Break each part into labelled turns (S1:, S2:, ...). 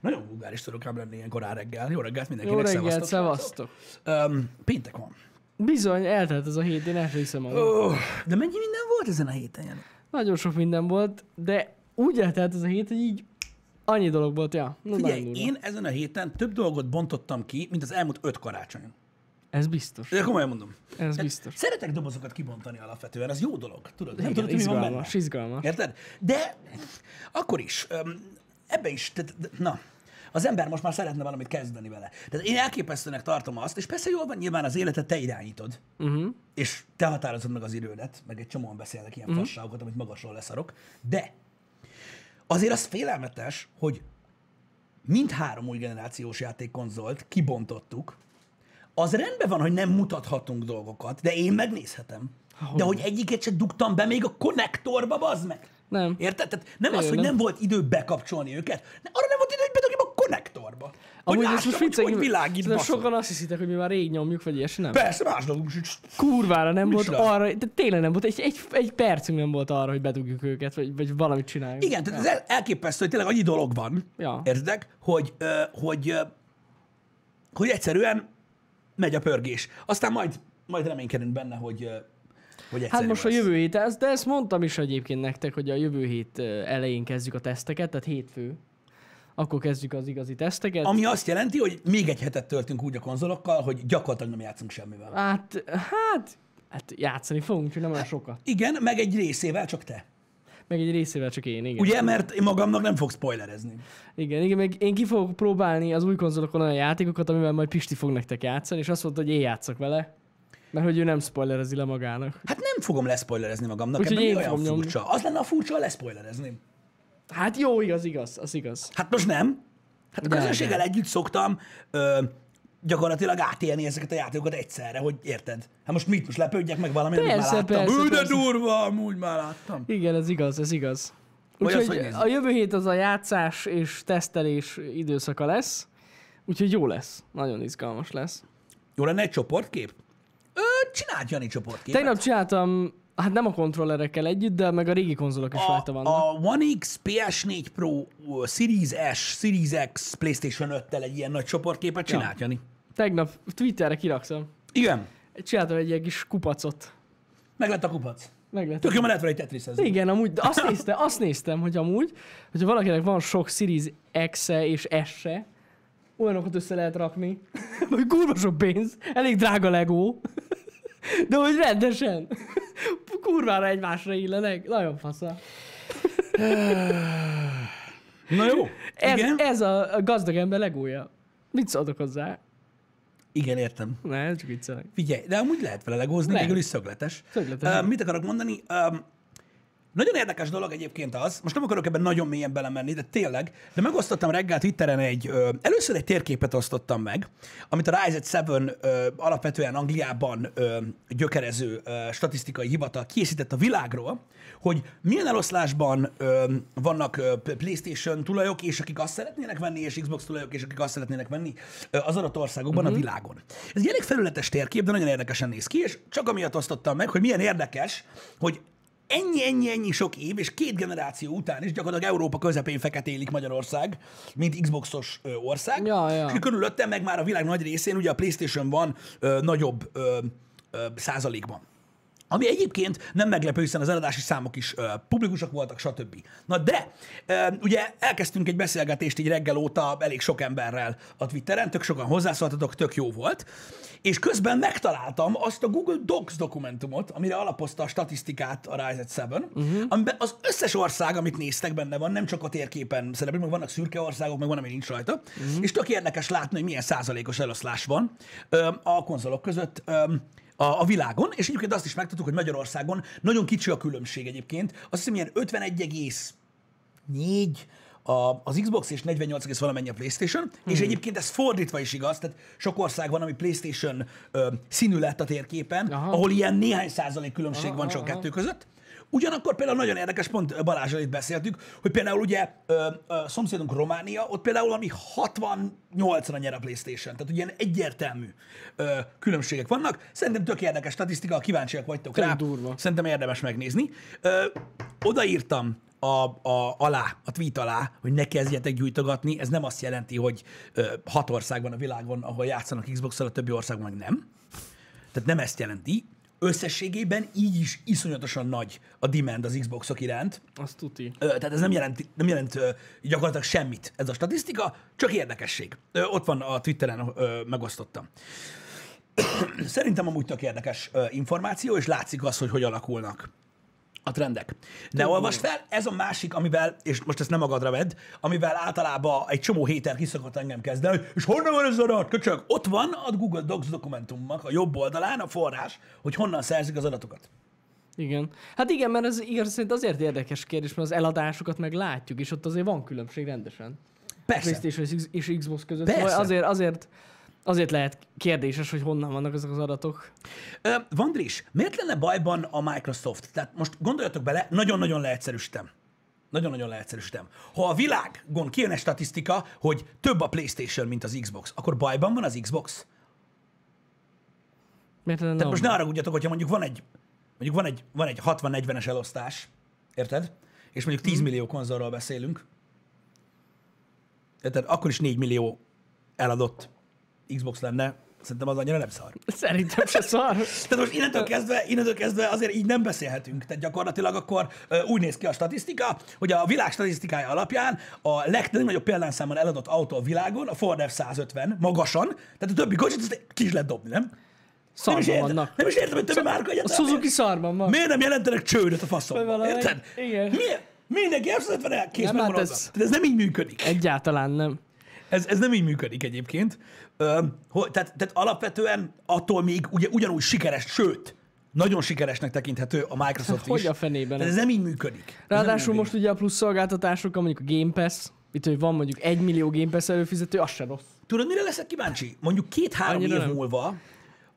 S1: Nagyon vulgáris tudok ám lenni ilyen korán reggel. Jó reggelt mindenkinek.
S2: Jó reggelt,
S1: szevasztok.
S2: szevasztok.
S1: szevasztok. Um, péntek van.
S2: Bizony, eltelt ez a hét, én elhiszem magam.
S1: Oh, de mennyi minden volt ezen a héten? Jani?
S2: Nagyon sok minden volt, de úgy eltelt ez a hét, hogy így annyi dolog volt, ja. No,
S1: Figyelj,
S2: nagyon durva.
S1: én ezen a héten több dolgot bontottam ki, mint az elmúlt öt karácsonyon.
S2: Ez biztos,
S1: De komolyan mondom.
S2: ez
S1: Tehát
S2: biztos.
S1: Szeretek dobozokat kibontani alapvetően, az jó dolog. Tudod, nem
S2: Igen,
S1: tudod, hogy mi van benne.
S2: izgalmas, izgalmas.
S1: Érted? De akkor is, öm, ebbe is, tehát, de- na, az ember most már szeretne valamit kezdeni vele. Tehát én elképesztőnek tartom azt, és persze jól van, nyilván az életet te irányítod,
S2: Uh-huh.
S1: és te határozod meg az idődet, meg egy csomóan beszélnek ilyen uh-huh. fasságokat, amit magasról leszarok, de azért az félelmetes, hogy mind három új generációs játékkonzolt kibontottuk, az rendben van, hogy nem mutathatunk dolgokat, de én megnézhetem. De hogy egyiket se dugtam be még a konnektorba, bazd meg!
S2: Nem.
S1: Érted? Tehát nem az,
S2: Tényleg
S1: hogy
S2: nem.
S1: nem volt idő bekapcsolni őket, ne- arra nem volt idő, hogy bedugjuk a konnektorba. Hogy
S2: Amúgy ezt
S1: lássam,
S2: most
S1: hogy,
S2: vicceg,
S1: hogy világít,
S2: de
S1: baszod.
S2: sokan azt hiszitek, hogy mi már rég nyomjuk, vagy ilyesmi, nem?
S1: Persze, más dolgunk is.
S2: Kurvára nem volt
S1: Úristen.
S2: arra, de tényleg nem volt, egy, egy, egy percünk nem volt arra, hogy bedugjuk őket, vagy, vagy valamit csináljunk.
S1: Igen, tehát ez el- elképesztő, hogy tényleg annyi dolog van,
S2: Ja.
S1: értedek, hogy, ö, hogy, ö, hogy egyszerűen megy a pörgés. Aztán majd, majd reménykedünk benne, hogy, ö, hogy egyszerű
S2: Hát most a
S1: lesz.
S2: jövő hét, ez, de ezt mondtam is egyébként nektek, hogy a jövő hét ö, elején kezdjük a teszteket, tehát hétfő. Akkor kezdjük az igazi teszteket.
S1: Ami azt jelenti, hogy még egy hetet töltünk úgy a konzolokkal, hogy gyakorlatilag nem játszunk semmivel.
S2: Hát, hát, hát játszani fogunk, csak nem olyan sokat.
S1: Igen, meg egy részével csak te.
S2: Meg egy részével csak én, igen.
S1: Ugye, mert én magamnak nem fogok spoilerezni.
S2: Igen, igen, meg én ki fogok próbálni az új konzolokon olyan játékokat, amivel majd Pisti fog nektek játszani, és azt mondta, hogy én játszak vele. Mert hogy ő nem spoilerezi le magának.
S1: Hát nem fogom leszpoilerezni magamnak,
S2: Úgyhogy
S1: ebben mi
S2: én
S1: olyan
S2: fogom nyomni.
S1: furcsa. Az lenne a furcsa, ha leszpoilerezném.
S2: Hát jó, igaz, igaz, az igaz.
S1: Hát most nem. Hát a
S2: De,
S1: közönséggel együtt szoktam ö, gyakorlatilag átélni ezeket a játékokat egyszerre, hogy érted? Hát most mit, most lepődjek meg valami, amit már
S2: Persze,
S1: láttam.
S2: persze,
S1: Ú, de
S2: persze.
S1: durva, amúgy már láttam.
S2: Igen, ez igaz, ez igaz.
S1: Vagy az,
S2: Úgyhogy
S1: hogy nézzük.
S2: a jövő hét az a játszás és tesztelés időszaka lesz. Úgyhogy jó lesz. Nagyon izgalmas lesz.
S1: Jó lenne egy csoportkép? Ö, csináld Jani csoportképet.
S2: Tegnap csináltam, hát nem a kontrollerekkel együtt, de meg a régi konzolok is rajta
S1: a,
S2: vannak.
S1: a One X, PS4 Pro, ö, Series S, Series X, PlayStation 5-tel egy ilyen nagy csoportképet csináld, Jani.
S2: Tegnap Twitterre kirakszom.
S1: Igen.
S2: Csináltam egy ilyen kis kupacot.
S1: Meg lett a kupac.
S2: Meg lett.
S1: Tök jó, mert lehet vele egy tetriszhez.
S2: Igen, amúgy, de azt néztem, azt néztem, hogy amúgy, hogyha valakinek van sok Series X-e és S-e, olyanokat össze lehet rakni, hogy kurva sok pénz, elég drága legó, de hogy rendesen, kurvára egymásra illenek, nagyon fasza.
S1: Na jó.
S2: Ez,
S1: igen.
S2: ez a a gazdag ember legója. Mit szóltok hozzá?
S1: igen, értem.
S2: Ne, csak viccelek.
S1: Figyelj, de amúgy lehet vele legózni,
S2: Lehet.
S1: végül is szögletes.
S2: Szögletes.
S1: Ö, mit akarok mondani? Ö, nagyon érdekes dolog egyébként az, most nem akarok ebben nagyon mélyen belemenni, de tényleg, de megosztottam reggel Twitteren egy, ö, először egy térképet osztottam meg, amit a Rise 7 ö, alapvetően Angliában ö, gyökerező ö, statisztikai hivatal készített a világról, hogy milyen eloszlásban ö, vannak ö, PlayStation tulajok, és akik azt szeretnének venni, és Xbox tulajok, és akik azt szeretnének venni ö, az adott országokban a világon. Ez egy elég felületes térkép, de nagyon érdekesen néz ki, és csak amiatt osztottam meg, hogy milyen érdekes, hogy ennyi, ennyi, ennyi sok év, és két generáció után is gyakorlatilag Európa közepén feketélik Magyarország, mint Xboxos ö, ország.
S2: Ja, ja.
S1: És körülöttem meg már a világ nagy részén, ugye a PlayStation van ö, nagyobb ö, ö, százalékban. Ami egyébként nem meglepő, hiszen az eladási számok is ö, publikusak voltak, stb. Na de, ö, ugye elkezdtünk egy beszélgetést így reggel óta elég sok emberrel a Twitteren, tök sokan hozzászóltatok, tök jó volt, és közben megtaláltam azt a Google Docs dokumentumot, amire alapozta a statisztikát a Rise 7, uh-huh. amiben az összes ország, amit néztek benne van, nem csak a térképen szerepel, meg vannak szürke országok, meg van, ami nincs rajta, uh-huh. és tök érdekes látni, hogy milyen százalékos eloszlás van ö, a konzolok között, ö, a, a világon, és egyébként azt is megtudtuk, hogy Magyarországon nagyon kicsi a különbség egyébként. Azt hiszem, ilyen 51,4 a, az Xbox és 48 egész valamennyi a PlayStation, hmm. és egyébként ez fordítva is igaz, tehát sok ország van, ami PlayStation ö, színű lett a térképen,
S2: Aha.
S1: ahol ilyen néhány százalék különbség van csak a kettő között. Ugyanakkor például nagyon érdekes, pont Balázsral itt beszéltük, hogy például ugye ö, ö, szomszédunk Románia, ott például ami 68-ra nyer a Playstation, tehát ugye ilyen egyértelmű ö, különbségek vannak. Szerintem tök érdekes statisztika, ha kíváncsiak vagytok
S2: Tök
S1: rá,
S2: durva.
S1: szerintem érdemes megnézni. Ö, odaírtam a, a, alá, a tweet alá, hogy ne kezdjetek gyújtogatni, ez nem azt jelenti, hogy ö, hat ország van a világon, ahol játszanak xbox a többi országban meg nem. Tehát nem ezt jelenti. Összességében így is iszonyatosan nagy a demand az Xboxok iránt,
S2: Azt tuti.
S1: Ö, Tehát ez nem jelent, nem jelent ö, gyakorlatilag semmit, ez a statisztika, csak érdekesség. Ö, Ott van a Twitteren, ö, megosztottam. Szerintem amúgy tök érdekes ö, információ, és látszik az, hogy hogy alakulnak a trendek. Ne olvasd fel, ez a másik, amivel, és most ezt nem magadra vedd, amivel általában egy csomó héten kiszokott engem kezdeni, hogy és honnan van ez a adat, köcsög? Ott van a Google Docs dokumentumnak a jobb oldalán a forrás, hogy honnan szerzik az adatokat.
S2: Igen. Hát igen, mert ez igaz szerint azért érdekes kérdés, mert az eladásokat meg látjuk, és ott azért van különbség rendesen.
S1: Persze.
S2: PlayStation és X- és Xbox között.
S1: Persze.
S2: Szóval azért, azért, azért lehet kérdéses, hogy honnan vannak ezek az adatok.
S1: Ö, Vandris, miért lenne bajban a Microsoft? Tehát most gondoljatok bele, nagyon-nagyon leegyszerűsítem. Nagyon-nagyon leegyszerűsítem. Ha a világon kijön egy statisztika, hogy több a PlayStation, mint az Xbox, akkor bajban van az Xbox?
S2: Miért lenne
S1: Tehát most
S2: nem?
S1: ne haragudjatok, hogyha mondjuk van egy, mondjuk van egy, van egy 60-40-es elosztás, érted? És mondjuk 10 millió konzolról beszélünk. Érted? Akkor is 4 millió eladott Xbox lenne. Szerintem az annyira nem szar.
S2: Szerintem se szar.
S1: Tehát most innentől kezdve, innentől kezdve azért így nem beszélhetünk. Tehát gyakorlatilag akkor ö, úgy néz ki a statisztika, hogy a világ statisztikája alapján a legnagyobb példányszámon eladott autó a világon, a Ford F-150 magasan, tehát a többi kocsit azt ki is lehet dobni, nem? Nem is,
S2: Szarban
S1: értem,
S2: vannak.
S1: nem is értem, hogy többi márka
S2: A
S1: egyáltalán
S2: Suzuki
S1: miért-
S2: szarban van.
S1: Miért nem jelentenek csődöt a faszomba?
S2: Valahogy-
S1: Érted?
S2: igen.
S1: Miért? Mindenki F-150 el kész
S2: Nem, hát
S1: nem, ez...
S2: ez-
S1: Tehát ez nem így működik.
S2: Egyáltalán nem.
S1: Ez, ez nem így működik egyébként. Ö, hogy, tehát, tehát alapvetően attól még ugye ugyanúgy sikeres, sőt, nagyon sikeresnek tekinthető a Microsoft
S2: Hát Hogy
S1: is.
S2: a fenében
S1: Tehát ez nem így működik.
S2: Ráadásul most ugye a plusz szolgáltatásokkal, mondjuk a Game Pass, itt, hogy van mondjuk egy millió Game Pass előfizető, az se rossz.
S1: Tudod, mire leszek kíváncsi? Mondjuk két-három év
S2: Annyira nem.
S1: múlva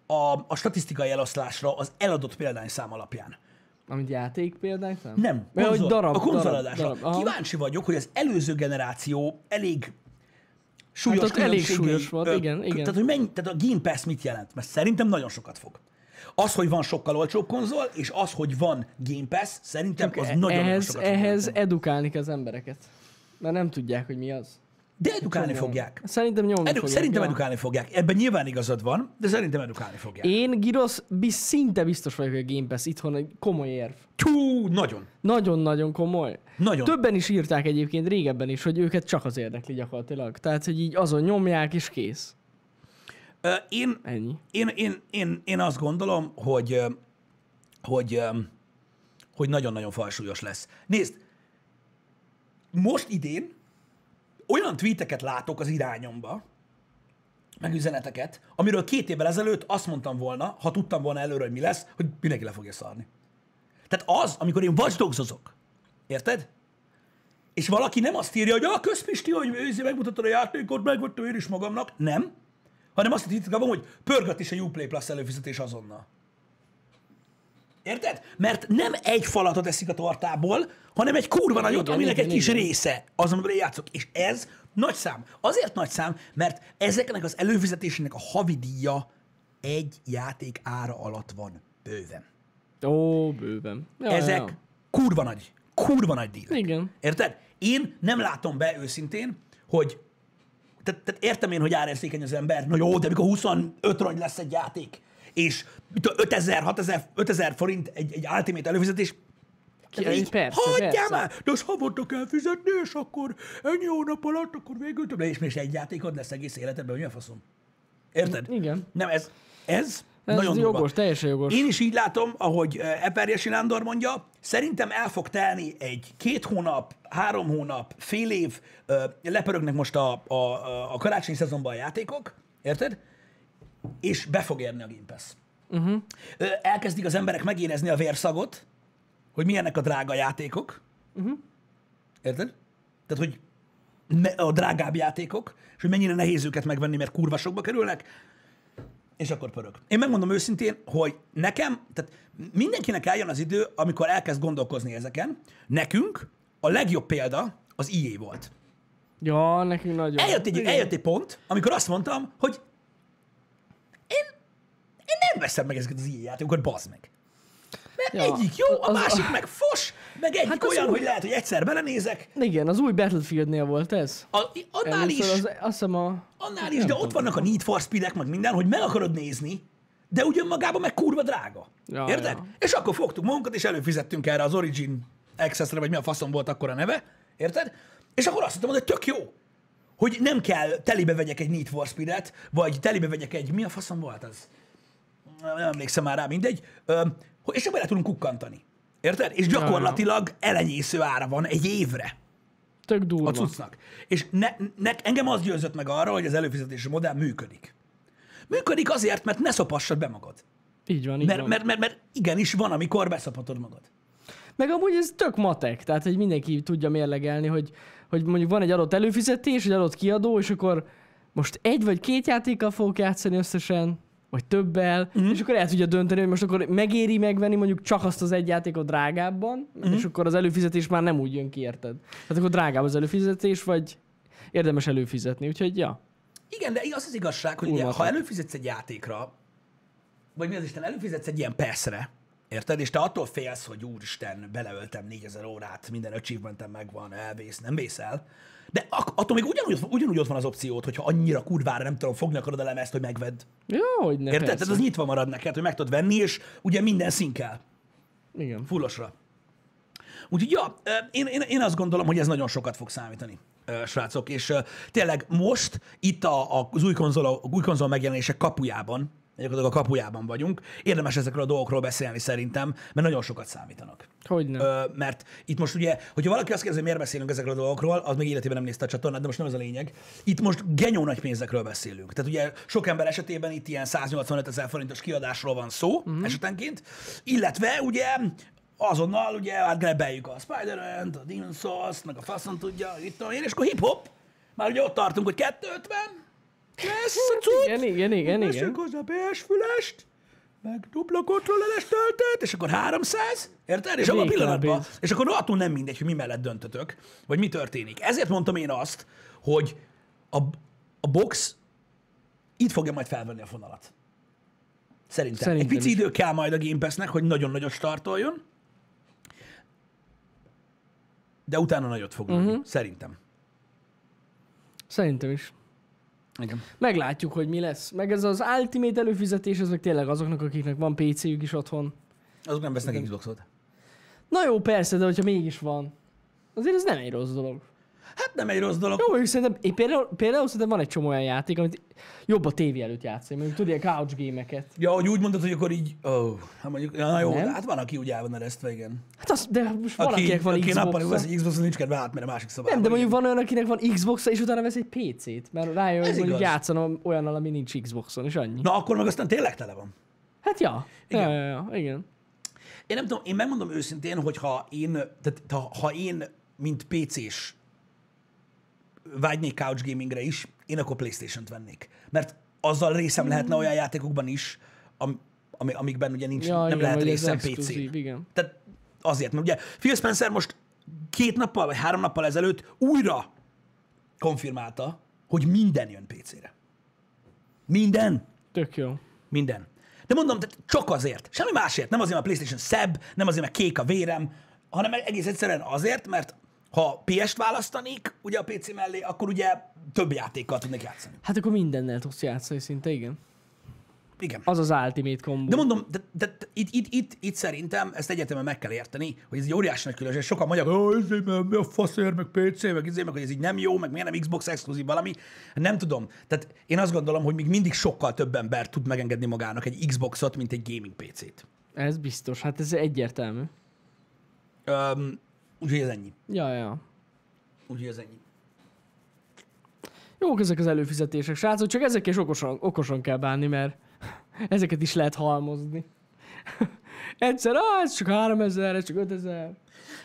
S1: a, a statisztikai eloszlásra az eladott példányszám alapján.
S2: Amint játék példány, nem?
S1: Nem,
S2: Mert
S1: konzol,
S2: hogy darab,
S1: a
S2: darab,
S1: konzoladásra.
S2: darab. Aha.
S1: Kíváncsi vagyok, hogy az előző generáció elég súlyos
S2: Hát ott elég
S1: különbségei-
S2: súlyos volt, igen,
S1: k-
S2: igen.
S1: Tehát, hogy mennyi, tehát a Game Pass mit jelent? Mert szerintem nagyon sokat fog. Az, hogy van sokkal olcsóbb konzol, és az, hogy van Game Pass, szerintem az
S2: E-
S1: nagyon ehhez,
S2: ehhez,
S1: sokat fog
S2: ehhez
S1: jelenteni.
S2: edukálni kell az embereket. Mert nem tudják, hogy mi az. e-
S1: De edukálni fogják.
S2: Szerintem nyomni
S1: Edu,
S2: fogják.
S1: szerintem
S2: ja.
S1: edukálni fogják. Ebben nyilván igazad van, de szerintem edukálni fogják.
S2: Én, Girosz, biz, szinte biztos vagyok, hogy a Game Pass itthon egy komoly érv.
S1: Tjú, nagyon.
S2: Nagyon-nagyon komoly.
S1: Nagyon.
S2: Többen is írták egyébként régebben is, hogy őket csak az érdekli gyakorlatilag. Tehát, hogy így azon nyomják, és kész.
S1: Ö, Én
S2: Ennyi.
S1: Én, én, én, én azt gondolom, hogy, ö, hogy, ö, hogy nagyon-nagyon falsúlyos lesz. Nézd, most idén olyan tweeteket látok az irányomba, meg üzeneteket, amiről két évvel ezelőtt azt mondtam volna, ha tudtam volna előre, hogy mi lesz, hogy mindenki le fogja szarni. Tehát az, amikor én vacsdogzozok, érted? És valaki nem azt írja, hogy a közpisti, hogy őzi, megmutattad a játékot, megvettem én is magamnak. Nem. Hanem azt hittem, hogy pörgött is a Uplay Plus előfizetés azonnal. Érted? Mert nem egy falatot eszik a tortából, hanem egy kurva nagyot,
S2: Igen,
S1: aminek
S2: igen,
S1: egy kis
S2: igen.
S1: része az, amiben én játszok. És ez nagy szám. Azért nagy szám, mert ezeknek az előfizetésének a havidíja egy játék ára alatt van bőven.
S2: Ó, bőven. Ja,
S1: Ezek
S2: Ja.
S1: kurva nagy, kurva nagy dílek.
S2: Igen.
S1: Érted? Én nem látom be őszintén, hogy tehát, tehát értem én, hogy árérzékeny az ember, na jó, de mikor 25 rony lesz egy játék, és mit tudom, 5000, 6000, 5000 forint egy, egy Ultimate előfizetés,
S2: Ja,
S1: így,
S2: persze,
S1: hagyjál
S2: persze.
S1: már! De azt havonta kell fizetni, és akkor ennyi hónap alatt, akkor végül több. És még egy játékod lesz egész életedben, hogy mi a faszom? Érted?
S2: Igen.
S1: Nem, ez, ez,
S2: Ez
S1: nagyon durva.
S2: jogos, teljesen jogos.
S1: Én is így látom, ahogy eh, Eperjesi Nándor mondja, szerintem el fog telni egy két hónap, három hónap, fél év, eh, lepörögnek most a, a, a- a karácsonyi szezonban a játékok, érted? És be fog érni a Game Pass. Ö, Elkezdik az emberek megérezni a vérszagot, hogy milyenek a drága játékok. Érted? Tehát, hogy me- a drágább játékok, és hogy mennyire nehéz őket megvenni, mert kurva sokba kerülnek, és akkor pörög. Én megmondom őszintén, hogy nekem, tehát mindenkinek eljön az idő, amikor elkezd gondolkozni ezeken. Nekünk a legjobb példa az IE volt.
S2: Ja, nekünk nagyon.
S1: Eljött egy,
S2: Igen.
S1: eljött egy pont, amikor azt mondtam, hogy én, én nem veszem meg ezeket az IE játékokat, bazd meg. Mert
S2: Ja.
S1: egyik jó, a
S2: Az-
S1: másik meg fos, meg egyik
S2: Hát
S1: hát
S2: az
S1: olyan,
S2: úgy-
S1: hogy lehet, hogy egyszer belenézek.
S2: Igen, az új Battlefieldnél volt ez.
S1: A, i- annál is,
S2: Először Az, azt hiszem a...
S1: annál is, de ott vannak a Need for speed meg minden, hogy meg akarod nézni, de úgy önmagában meg kurva drága.
S2: Ja,
S1: Érted?
S2: ja.
S1: És akkor fogtuk magunkat, és előfizettünk erre az Origin Access-re, vagy mi a faszom volt akkor a neve. Érted? És akkor azt hittem, hogy tök jó, hogy nem kell telibe vegyek egy Need for Speed-et, vagy telibe vegyek egy, mi a faszom volt az? nem emlékszem már rá, mindegy, Ö, hogy- és ebben le tudunk kukkantani. Érted? És gyakorlatilag elenyésző ára van egy évre
S2: Tök
S1: a
S2: durva.
S1: cuccnak. És ne, ne, engem az győzött meg arra, hogy az előfizetési modell működik. Működik azért, mert ne szopassad be magad.
S2: Így van, így
S1: Mert,
S2: van.
S1: mert, mert, mert igenis van, amikor beszapatod magad.
S2: Meg amúgy ez tök matek, tehát hogy mindenki tudja mérlegelni, hogy, hogy mondjuk van egy adott előfizetés, egy adott kiadó, és akkor most egy vagy két játékkal fogok játszani összesen, vagy többel,
S1: Mhm.
S2: mm. és akkor el tudja dönteni, hogy most akkor megéri megvenni mondjuk csak azt az egy játékot drágábban, mm.
S1: Mhm.
S2: és akkor az előfizetés már nem úgy jön ki, érted? Tehát akkor drágább az előfizetés, vagy érdemes előfizetni, úgyhogy ja.
S1: Igen, de az az igazság, hogy ugye,
S2: Kurva
S1: ha
S2: sok.
S1: előfizetsz egy játékra, vagy mi az Isten, előfizetsz egy ilyen perszre, érted? És te attól félsz, hogy úristen, beleöltem 4000 órát, minden achievementem megvan, elvész, nem vész el. De ak- attól még ugyanúgy, ott- ugyanúgy ott van az opciót, hogyha annyira kurvára nem tudom, fogni akarod a lemezt, hogy megvedd.
S2: Jó, hogy ne
S1: Érted?
S2: persze.
S1: Tehát az nyitva marad neked, hogy meg tudod venni, és ugye minden szín kell.
S2: Igen.
S1: Fullosra. Úgyhogy ja, ö, én, én, én azt gondolom, hogy ez nagyon sokat fog számítani, ö, srácok, és ö, tényleg most itt a, a, az új konzol, a új konzol megjelenése kapujában, gyakorlatilag a kapujában vagyunk, érdemes ezekről a dolgokról beszélni szerintem, mert nagyon sokat számítanak.
S2: Hogy nem.
S1: Ö, mert itt most ugye, hogyha valaki azt kérdezi, hogy miért beszélünk ezekről a dolgokról, az még életében nem nézte a csatornát, de most nem ez a lényeg. Itt most genyó nagy pénzekről beszélünk. Tehát ugye sok ember esetében itt ilyen 185 ezer forintos kiadásról van szó
S2: Mhm.
S1: mm-hmm. esetenként, illetve ugye azonnal ugye átgrebeljük a spider t a Demon souls meg a faszon tudja, itt tudom én, és akkor hip-hop. Már ugye ott tartunk, hogy 250 lesz a cucc.
S2: Hát Igen, igen, igen,
S1: Veszünk
S2: igen.
S1: hozzá PS fülest, meg dupla kontrolleres töltet, és akkor 300, érted? És abban a
S2: Végtelen
S1: pillanatban,
S2: pénz.
S1: és akkor attól nem mindegy, hogy mi mellett döntötök, vagy mi történik. Ezért mondtam én azt, hogy a, a box itt fogja majd felvenni a fonalat. Szerintem. Szerintem
S2: Szerintem
S1: Egy pici
S2: is.
S1: idő kell majd a Game Pass-nek, hogy nagyon nagyot startoljon, de utána nagyot
S2: Mhm.
S1: fog uh-huh. Szerintem.
S2: Szerintem is.
S1: Igen.
S2: Meglátjuk, hogy mi lesz. Meg ez az Ultimate előfizetés, ez meg tényleg azoknak, akiknek van PC-jük is otthon.
S1: Azok nem vesznek Xboxot.
S2: Na jó, persze, de hogyha mégis van, azért ez nem egy rossz dolog.
S1: Hát nem egy rossz dolog.
S2: Jó, mondjuk szerintem, én például, például szerintem van egy csomó olyan játék, amit jobb a tévé előtt játszani, mondjuk tudod, ilyen couch gémeket.
S1: Ja, hogy úgy mondod, hogy akkor így, ó, oh, hát mondjuk, ja, na jó,
S2: Nem?
S1: hát van, aki úgy el van eresztve, igen.
S2: Hát az, de most
S1: Aki,
S2: valakinek van
S1: aki nappal
S2: xbox
S1: vesz egy Xbox-on, nincs kedve átmenni a másik szobába.
S2: Nem, de mondjuk
S1: igen.
S2: van olyan, akinek van xbox és utána vesz egy PC-t, mert rájön, hogy mondjuk
S1: igaz.
S2: játszanom olyannal, ami nincs Xboxon, és annyi.
S1: Na, akkor meg aztán tényleg tele van.
S2: Hát ja.
S1: Igen.
S2: Ja, ja, ja, igen.
S1: Én nem tudom, én megmondom őszintén, hogy ha én, tehát, ha, ha én, mint PC-s vágynék couch gamingre is, én akkor Playstation-t vennék. Mert azzal részem
S2: Mm.
S1: lehetne olyan játékokban is, am, ami, amikben ugye nincs,
S2: Ja,
S1: nem
S2: igen,
S1: lehet
S2: vagy ez
S1: részem pc
S2: exkluzív, igen.
S1: Tehát azért, mert ugye Phil Spencer most két nappal vagy három nappal ezelőtt újra konfirmálta, hogy minden jön PC-re. Minden.
S2: Tök jó.
S1: Minden. De mondom, tehát csak azért. Semmi másért. Nem azért, mert a PlayStation szebb, nem azért, mert kék a vérem, hanem egész egyszerűen azért, mert ha PS-t választanék, ugye a PC mellé, akkor ugye több játékkal tudnék játszani.
S2: Hát akkor mindennel tudsz játszani szinte, igen.
S1: Igen.
S2: Az az Ultimate kombó.
S1: De mondom, de, de, de itt, itt, itt, itt, szerintem ezt egyetemen meg kell érteni, hogy ez egy óriási nagy különbség. Sokan mondják, hogy ezért, mert mi a faszért, meg PC, meg izé, meg hogy ez így nem jó, meg miért nem Xbox exkluzív valami. Nem tudom. Tehát én azt gondolom, hogy még mindig sokkal több ember tud megengedni magának egy Xboxot, mint egy gaming PC-t.
S2: Ez biztos, hát ez egyértelmű.
S1: Öm, úgyhogy ez ennyi.
S2: Ja, ja.
S1: Úgyhogy ez ennyi.
S2: Jók ezek az előfizetések, srácok, csak ezekkel is okosan, okosan kell bánni, mert ezeket is lehet halmozni. Egyszer, ah, ez csak 3000, ez csak 5000.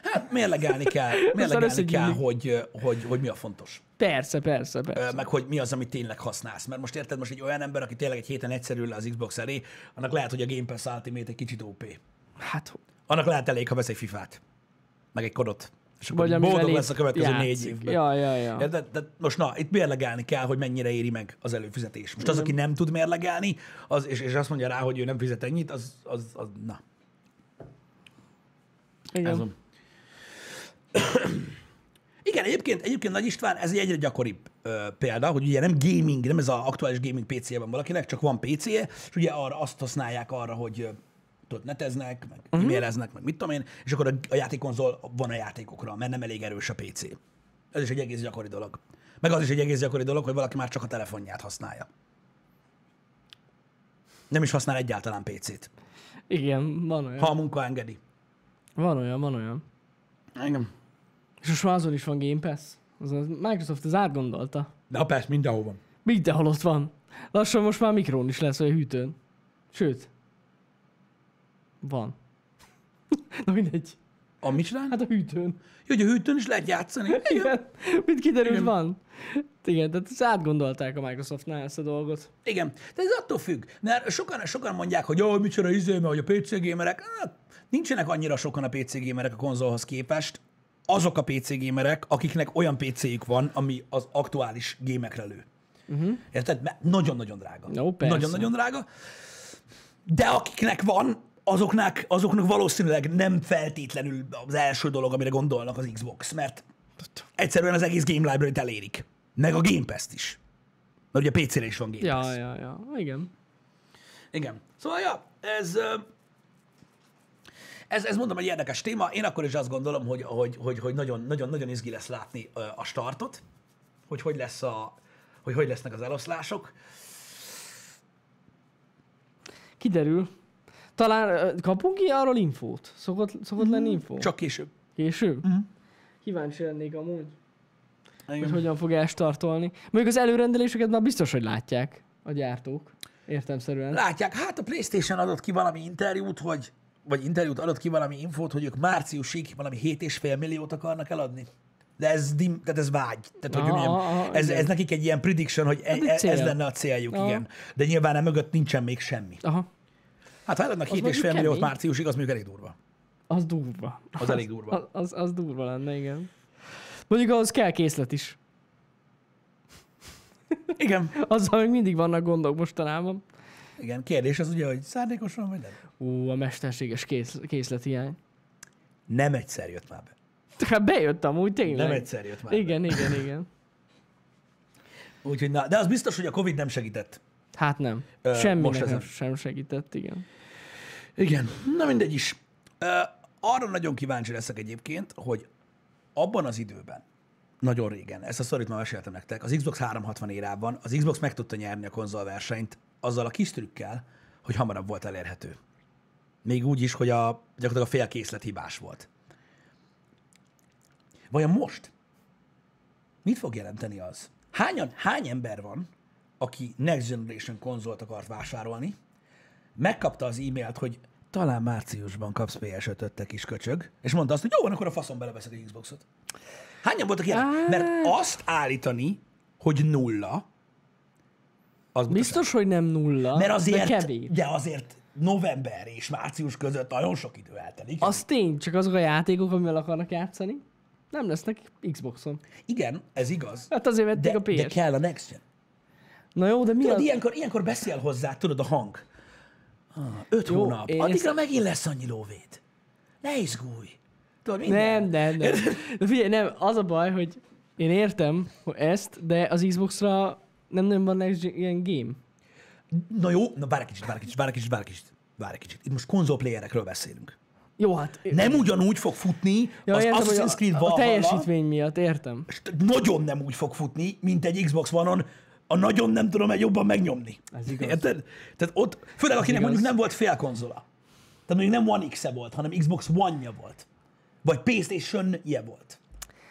S1: Hát mérlegelni kell, mérlegelni
S2: összegyűlik.
S1: kell hogy, hogy, hogy mi a fontos.
S2: Persze, persze, persze.
S1: Ö, meg hogy mi az, amit tényleg használsz. Mert most érted, most egy olyan ember, aki tényleg egy héten egyszerű le az Xbox elé, annak lehet, hogy a Game Pass Ultimate egy kicsit OP.
S2: Hát,
S1: Annak lehet elég, ha vesz egy fifát, meg egy kodot. És akkor
S2: vagy amivel
S1: boldog
S2: így
S1: lesz a következő
S2: játszik.
S1: négy évben.
S2: Ja, ja, ja.
S1: Érted? De most na, itt mérlegelni kell, hogy mennyire éri meg az előfizetés. Most az, aki nem tud mérlegelni, az, és, és azt mondja rá, hogy ő nem fizet ennyit, az, az, az na.
S2: Igen.
S1: Ez a- Igen, egyébként, egyébként Nagy István, ez egy egyre gyakoribb ö, példa, hogy ugye nem gaming, nem ez az aktuális gaming PC-je van valakinek, csak van PC-je, és ugye arra azt használják arra, hogy ö, tudod, neteznek, meg uh-huh. e-maileznek, meg mit tudom én, és akkor a, a játékkonzol van a játékokra, mert nem elég erős a PC. Ez is egy egész gyakori dolog. Meg az is egy egész gyakori dolog, hogy valaki már csak a telefonját használja. Nem is használ egyáltalán PC-t,
S2: Igen, van olyan.
S1: ha
S2: Ha.
S1: a munka engedi.
S2: Van olyan, van olyan.
S1: Engem.
S2: És most már azon is van Game Pass. Az, az Microsoft ez átgondolta.
S1: De a persze, mindenhol van.
S2: Mindenhol ott van. Lassan most már mikrón is lesz, vagy a hűtőn. Sőt. Van. Na mindegy.
S1: A mit csinál? Hát,
S2: Hát a hűtőn.
S1: jó, hogy a hűtőn is lehet játszani. Igen.
S2: Igen. Mint kiderült,
S1: Igen.
S2: van. Igen, tehát ezt átgondolták a Microsoftnál ezt a dolgot.
S1: Igen, de ez attól függ, mert sokan, sokan mondják, hogy jaj, micsoda izé, mert hogy a PC gémerek, hát, nincsenek annyira sokan a PC gémerek a konzolhoz képest, azok a PC gémerek, akiknek olyan PC-jük van, ami az aktuális gémekre lő. Uh-huh. Érted? Mert nagyon-nagyon drága.
S2: Jó, Mhm. persze.
S1: nagyon-nagyon drága. De akiknek van, azoknak, azoknak valószínűleg nem feltétlenül az első dolog, amire gondolnak az Xbox, mert egyszerűen az egész Game Library-t elérik. Meg a Game Pass-t is. Mert ugye a PC-re is van Game Pass.
S2: Ja, ja, ja. Igen.
S1: Igen. Szóval, ja, ez, ö, ez, ez mondom, egy érdekes téma. Én akkor is azt gondolom, hogy, hogy, hogy, hogy nagyon, nagyon, nagyon izgi lesz látni ö, a startot, hogy hogy, lesz a, hogy hogy lesznek az eloszlások.
S2: Kiderül. Talán ö, kapunk ki arról infót? Szokott, szokott lenni infó?
S1: Mhm. Csak később.
S2: Később? Kíváncsi lennék amúgy, hogy
S1: Igen.
S2: hogyan fog elstartolni. Mondjuk az előrendeléseket már biztos, hogy látják a gyártók. Értemszerűen.
S1: Látják, hát a PlayStation adott ki valami interjút, hogy vagy interjút adott ki valami infót, hogy ők márciusig valami 7,5 milliót akarnak eladni. De ez, dim, tehát ez vágy. Tehát, hogy
S2: Aha,
S1: milyen,
S2: aha,
S1: ez,
S2: Ah, igen. Hát
S1: ez, nekik egy ilyen prediction, hogy e,
S2: egy
S1: e, ez
S2: cél. Ah.
S1: lenne a céljuk,
S2: Aha.
S1: igen. De nyilván nem mögött nincsen még semmi.
S2: Aha,
S1: Hát ha eladnak 7,5
S2: mondjuk
S1: milliót
S2: kemény.
S1: márciusig, az mondjuk elég durva.
S2: az durva.
S1: Az elég durva.
S2: Az, az, az durva lenne, igen. Mondjuk ahhoz kell készlet is.
S1: Igen.
S2: Azzal még mindig vannak gondok mostanában.
S1: Igen, kérdés az ugye, hogy szándékos van, vagy nem?
S2: Ú, a mesterséges kész, készlet hiány.
S1: Nem egyszer jött már be.
S2: Hát bejött amúgy, tényleg.
S1: Nem egyszer jött már
S2: Igen, igen, igen.
S1: be. Úgyhogy na, de az biztos, hogy a Covid nem segített.
S2: Hát nem.
S1: Ö,
S2: Semmi
S1: most
S2: nekem
S1: ezen.
S2: sem segített, igen.
S1: Igen. Na mindegy is. Ö, arra nagyon kíváncsi leszek egyébként, hogy abban az időben, nagyon régen, ezt a szorít már meséltem nektek, az Xbox 360 érában az Xbox meg tudta nyerni a konzolversenyt azzal a kis trükkel, hogy hamarabb volt elérhető. Még úgy is, hogy a, gyakorlatilag a félkészlet hibás volt. Vajon most? Mit fog jelenteni az? Hányan, hány ember van, aki Next Generation konzolt akart vásárolni, megkapta az e-mailt, hogy talán márciusban kapsz PS5-öt, te kis köcsög, és mondta azt, hogy jó, van, akkor a faszom beleveszek egy Xboxot. Hányan voltak ilyenek? Mert azt állítani, hogy nulla, az butaság.
S2: Biztos, hogy nem nulla,
S1: Mert
S2: de
S1: azért,
S2: kevés.
S1: de azért november és március között nagyon sok idő eltelik.
S2: Az tény, csak azok a játékok, amivel akarnak játszani, nem lesznek Xboxon.
S1: Igen, ez igaz,
S2: Hát azért vették
S1: de,
S2: a PS.
S1: de kell a Next Gen.
S2: Na jó, de mi
S1: Tudod,
S2: az?
S1: ilyenkor, ilyenkor beszél hozzá, tudod, a hang. Ah, öt
S2: Jó,
S1: hónap,
S2: én
S1: addigra
S2: ezt-
S1: megint lesz annyi lóvét. Ne izgulj. Tudod, minden.
S2: Nem, nem, nem. De figyelj, nem, az a baj, hogy én értem hogy ezt, de az Xboxra nem nagyon van next gen- ilyen game.
S1: Na jó, na várj egy kicsit, várj egy kicsit, várj egy kicsit, várj egy kicsit. Várj egy kicsit. Itt most konzolplayerekről beszélünk.
S2: Jó, hát...
S1: Nem ugyanúgy fog futni ja, az
S2: értem, hogy
S1: Assassin's Creed
S2: a, a
S1: Valhalla,
S2: teljesítmény miatt, értem.
S1: és nagyon nem úgy fog futni, mint egy Xbox One-on, a nagyon nem tudom egy jobban megnyomni.
S2: Ez igaz.
S1: Érted? Tehát ott, főleg akinek
S2: igaz.
S1: mondjuk nem volt fél konzola. Tehát mondjuk nem One X-e volt, hanem Xbox One-ja volt. Vagy PlayStation-je volt.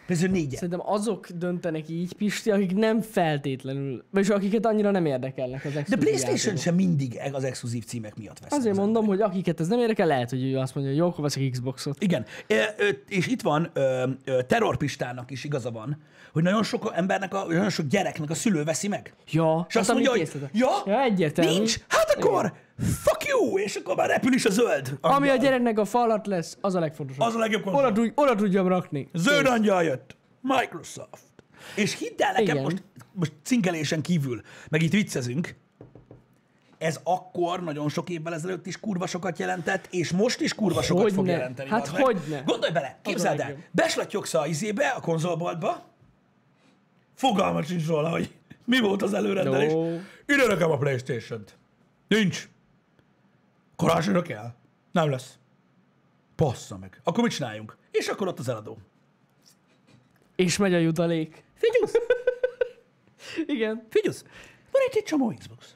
S1: PlayStation 4
S2: Szerintem azok döntenek így, Pisti, akik nem feltétlenül, vagyis akiket annyira nem érdekelnek az
S1: De
S2: exkluzív
S1: PlayStation
S2: játékok.
S1: sem mindig az exkluzív címek miatt vesz.
S2: Azért mondom, hogy akiket ez nem érdekel, lehet, hogy ő azt mondja, hogy jó, akkor veszek Xboxot.
S1: Igen, Ö, ö, és itt van ö, ö, terrorpistának is igaza van, hogy nagyon sok embernek, a, nagyon sok gyereknek a szülő veszi meg.
S2: Ja,
S1: És azt
S2: ami
S1: mondja, hogy
S2: készletek.
S1: ja,
S2: ja egyértelmű.
S1: nincs, hát akkor fuck you, és akkor már repül is a zöld.
S2: Ami a gyereknek a falat lesz, az a legfontosabb.
S1: Az a legjobb
S2: Oda,
S1: konzol.
S2: tudj, oda tudjam rakni.
S1: Zöld angyal jött. Microsoft. És hidd el nekem,
S2: Igen.
S1: most, most cinkelésen kívül, meg itt viccezünk, ez akkor, nagyon sok évvel ezelőtt is kurva sokat jelentett, és most is kurva sokat
S2: Hogyne.
S1: fog jelenteni.
S2: Hát
S1: bazd meg.
S2: hogyne.
S1: Gondolj bele, képzeld el,
S2: legjobb.
S1: beslattyogsz a izébe, a konzolboltba, fogalmat sincs róla, hogy mi volt az előrendelés.
S2: No.
S1: Ide nekem a Playstation-t. Nincs. Karácsonyra kell. Nem lesz. Passza meg. Akkor mit csináljunk? És akkor ott az eladó.
S2: És megy a jutalék.
S1: Figyelsz?
S2: Igen.
S1: Figyelsz? Van itt egy csomó Xbox.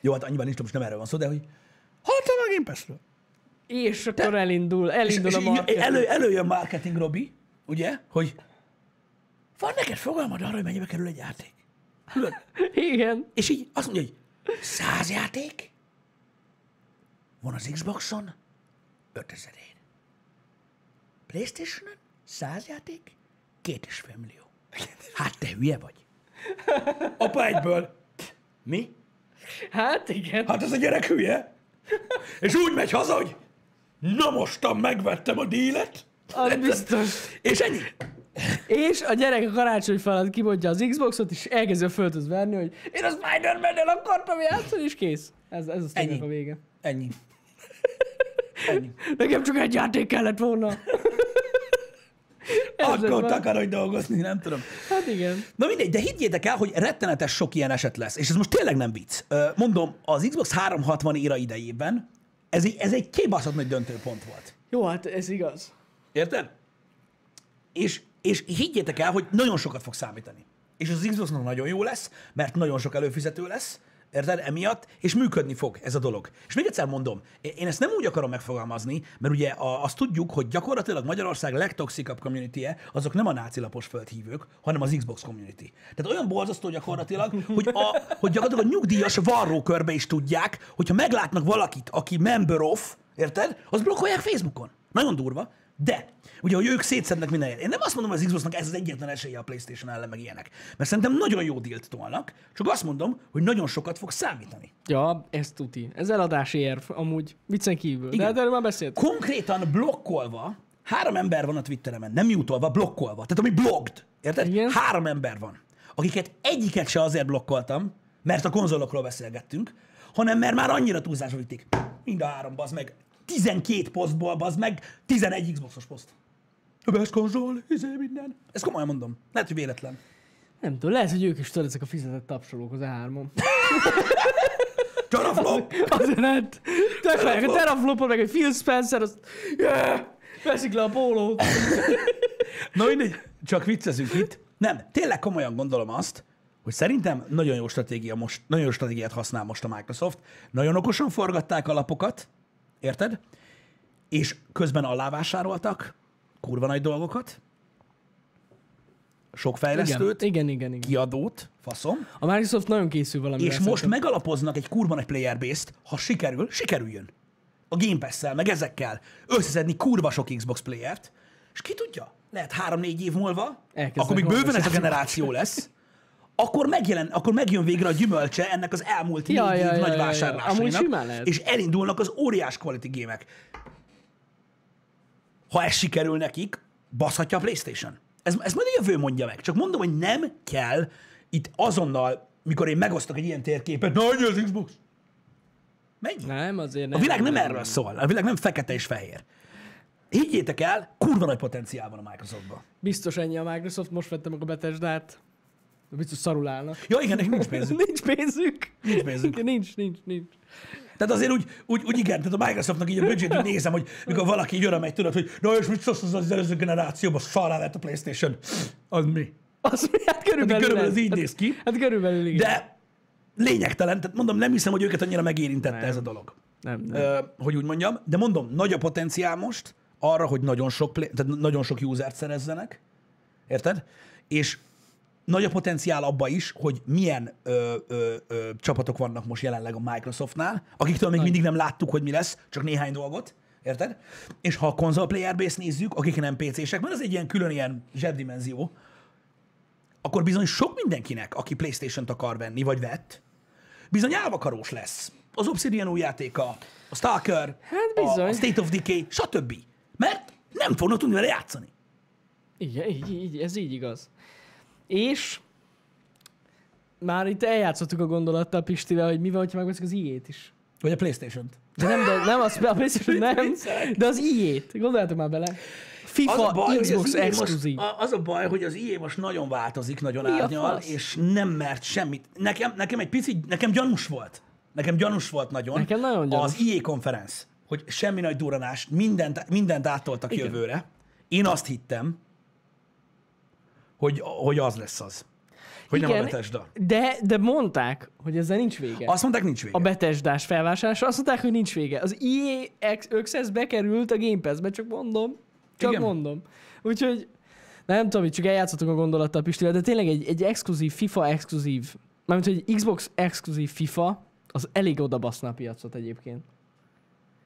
S1: Jó, hát annyiban nincs, most nem erről van szó, de hogy hallottam a Game Pass-ről.
S2: És akkor elindul,
S1: És,
S2: elindul
S1: és
S2: a
S1: így
S2: market.
S1: elő, előjön marketing, Robi, ugye, hogy van neked fogalmad arra, hogy mennyibe kerül egy játék. Tudod?
S2: Igen.
S1: És így azt mondja, hogy száz játék van az Xboxon 5000-én. Playstation-on 100 játék 2,5 millió. Hát te hülye vagy. Apa egyből. Mi?
S2: Hát igen.
S1: Hát ez a gyerek hülye. És úgy megy haza, hogy na mostan megvettem a dílet.
S2: Az biztos.
S1: És ennyi.
S2: És a gyerek a karácsony felad kibontja az Xboxot, és elkezdi a földhöz verni, hogy én a Spider-Man-el akartam játszani, és kész. Ez, ez a sztorinak
S1: Ennyi.
S2: a vége.
S1: Ennyi. Ennyi.
S2: Nekem csak egy játék kellett volna. Ez lett
S1: Akkor
S2: volna.
S1: takarodj dolgozni, nem tudom.
S2: Hát igen.
S1: Na mindegy, de higgyétek el, hogy rettenetes sok ilyen eset lesz, és ez most tényleg nem vicc. Ö, Mondom, az Xbox 360 éra idejében ez egy, ez egy kibaszott nagy döntőpont volt.
S2: Jó, hát ez igaz.
S1: Érted? És, és higgyétek el, hogy nagyon sokat fog számítani. És az Xboxnak nagyon jó lesz, mert nagyon sok előfizető lesz, érted, emiatt, és működni fog ez a dolog. És még egyszer mondom, é- én ezt nem úgy akarom megfogalmazni, mert ugye a, azt tudjuk, hogy gyakorlatilag Magyarország legtoxikabb community azok nem a náci lapos földhívők, hanem az Xbox community. Tehát olyan borzasztó gyakorlatilag, hogy, a, hogy gyakorlatilag a nyugdíjas varrókörbe is tudják, hogyha meglátnak valakit, aki member off, érted, az blokkolják Facebookon. Nagyon durva. De, ugye, hogy ők szétszednek minden Én nem azt mondom, hogy az Xboxnak ez az egyetlen esélye a PlayStation ellen, meg ilyenek. Mert szerintem nagyon jó dílt tolnak, csak azt mondom, hogy nagyon sokat fog számítani.
S2: Ja, ez tuti. Ez eladási érv, amúgy. Viccen kívül.
S1: Igen.
S2: De hát erről már beszélt.
S1: Konkrétan blokkolva, három ember van a Twitteremen, nem jutolva, blokkolva. Tehát ami blogged, érted?
S2: Igen.
S1: Három ember van, akiket egyiket se azért blokkoltam, mert a konzolokról beszélgettünk, hanem mert már annyira túlzásra vitték. Mind a három, bazd meg. 12 posztból, bazd meg, 11 Xboxos poszt. A best konzol, izé minden. Ezt komolyan mondom. Lehet, hogy véletlen.
S2: Nem tudom, lehet, hogy ők is tudod, ezek a fizetett tapsolók az E E3-on.
S1: Teraflop!
S2: Azért hát, tökre, a teraflopon, meg egy Phil Spencer, az... Yeah! Veszik le a pólót.
S1: Na mindegy, csak viccezünk itt. Nem, tényleg komolyan gondolom azt, hogy szerintem nagyon jó stratégia most, nagyon jó stratégiát használ most a Microsoft. Nagyon okosan forgatták a lapokat, érted? És közben alávásároltak kurva nagy dolgokat, sok
S2: Igen,
S1: fejlesztőt,
S2: igen, igen, igen.
S1: kiadót, faszom,
S2: A Microsoft nagyon készül valami.
S1: és most megalapoznak egy kurva nagy player base-t, ha sikerül, sikerüljön. A Game Pass-szel, meg ezekkel összeszedni kurva sok Xbox playert, és ki tudja, lehet három-négy év múlva,
S2: Elkezdenek
S1: akkor még bőven ez a
S2: olvasni.
S1: generáció lesz, akkor, megjelen, akkor megjön végre a gyümölcse ennek az elmúlt négy
S2: Ja,
S1: év
S2: ja, ja,
S1: nagy
S2: ja, ja. Amúgy simán
S1: vásárlásainak,
S2: lehet.
S1: és elindulnak az óriás quality gémek. Ha ez sikerül nekik, baszhatja a Playstation. Ez, ez majd a jövő mondja meg. Csak mondom, hogy nem kell itt azonnal, mikor én megosztok egy ilyen térképet, na, hogy az Xbox? Menj!
S2: Nem, azért nem.
S1: A világ nem erről szól. A világ nem fekete és fehér. Higgyétek el, kurva nagy potenciál van a Microsoftban.
S2: Biztos ennyi a Microsoft, most vettem meg a Betesdát. Biztos szarul állnak.
S1: Ja, igen, nekik nincs pénzük.
S2: Hát. nincs pénzük.
S1: Nincs pénzük.
S2: nincs, nincs, nincs.
S1: Tehát azért úgy, úgy, úgy igen, tehát a Microsoftnak így a budget, úgy nézem, hogy mikor valaki így oda megy, tudod, hogy na és mit szólsz az, az előző generációban, szarrá lett a Playstation. Az mi?
S2: Az hát körülbelül,
S1: körülbelül ez így néz ki.
S2: Hát, hát körülbelül igen.
S1: De lényegtelen, tehát mondom, nem hiszem, hogy őket annyira megérintette
S2: Nem.
S1: ez a dolog.
S2: Nem, nem.
S1: Ö, hogy úgy mondjam, de mondom, nagy a potenciál most arra, hogy nagyon sok, play, tehát nagyon sok usert szerezzenek, érted? És nagy a potenciál abba is, hogy milyen ö, ö, ö, csapatok vannak most jelenleg a Microsoftnál, akiktől még mindig nem láttuk, hogy mi lesz, csak néhány dolgot, érted? És ha a konzol player base nézzük, akik nem PC-sek, mert ez egy ilyen külön ilyen zsebdimenzió, akkor bizony sok mindenkinek, aki Playstation-t akar venni, vagy vett, bizony álvakarós lesz. Az Obsidian új játéka, a Stalker,
S2: Hát bizony.
S1: a, a State of Decay, stb. Mert nem fognak tudni vele játszani.
S2: Igen, így, így, ez így igaz. És már itt eljátszottuk a gondolattal Pistivel, hogy mi van, ha megveszik az ijét is.
S1: Vagy a Playstation-t.
S2: De nem, de nem az, a PlayStation nem, de az ijét. Gondoljátok már bele. FIFA, Xbox
S1: EA most,
S2: exkluzív.
S1: a- az a baj, hogy az IE most nagyon változik, nagyon
S2: Mi a
S1: árnyal,
S2: fasz?
S1: és nem mert semmit. Nekem, nekem egy picit, nekem gyanús volt. Nekem gyanús volt nagyon.
S2: Nekem nagyon gyanús.
S1: Az IE konferenc, hogy semmi nagy duranás, mindent, mindent áttoltak
S2: Igen.
S1: Igen. jövőre. Én azt hittem, hogy, hogy az lesz az. Hogy Igen. nem a Bethesda.
S2: de, de mondták, hogy ezzel nincs vége.
S1: Azt mondták, nincs vége.
S2: a betesdás felvásárlása, azt mondták, hogy nincs vége. Az EA Ex- Access bekerült a Game Pass-be, csak mondom. Csak Igen.
S1: Igen.
S2: mondom. Úgyhogy nem tudom, itt csak eljátszottuk a gondolattal Pistivel, de tényleg egy, egy exkluzív FIFA exkluzív, mármint, hogy egy Xbox exkluzív FIFA, az elég odabaszna a piacot egyébként.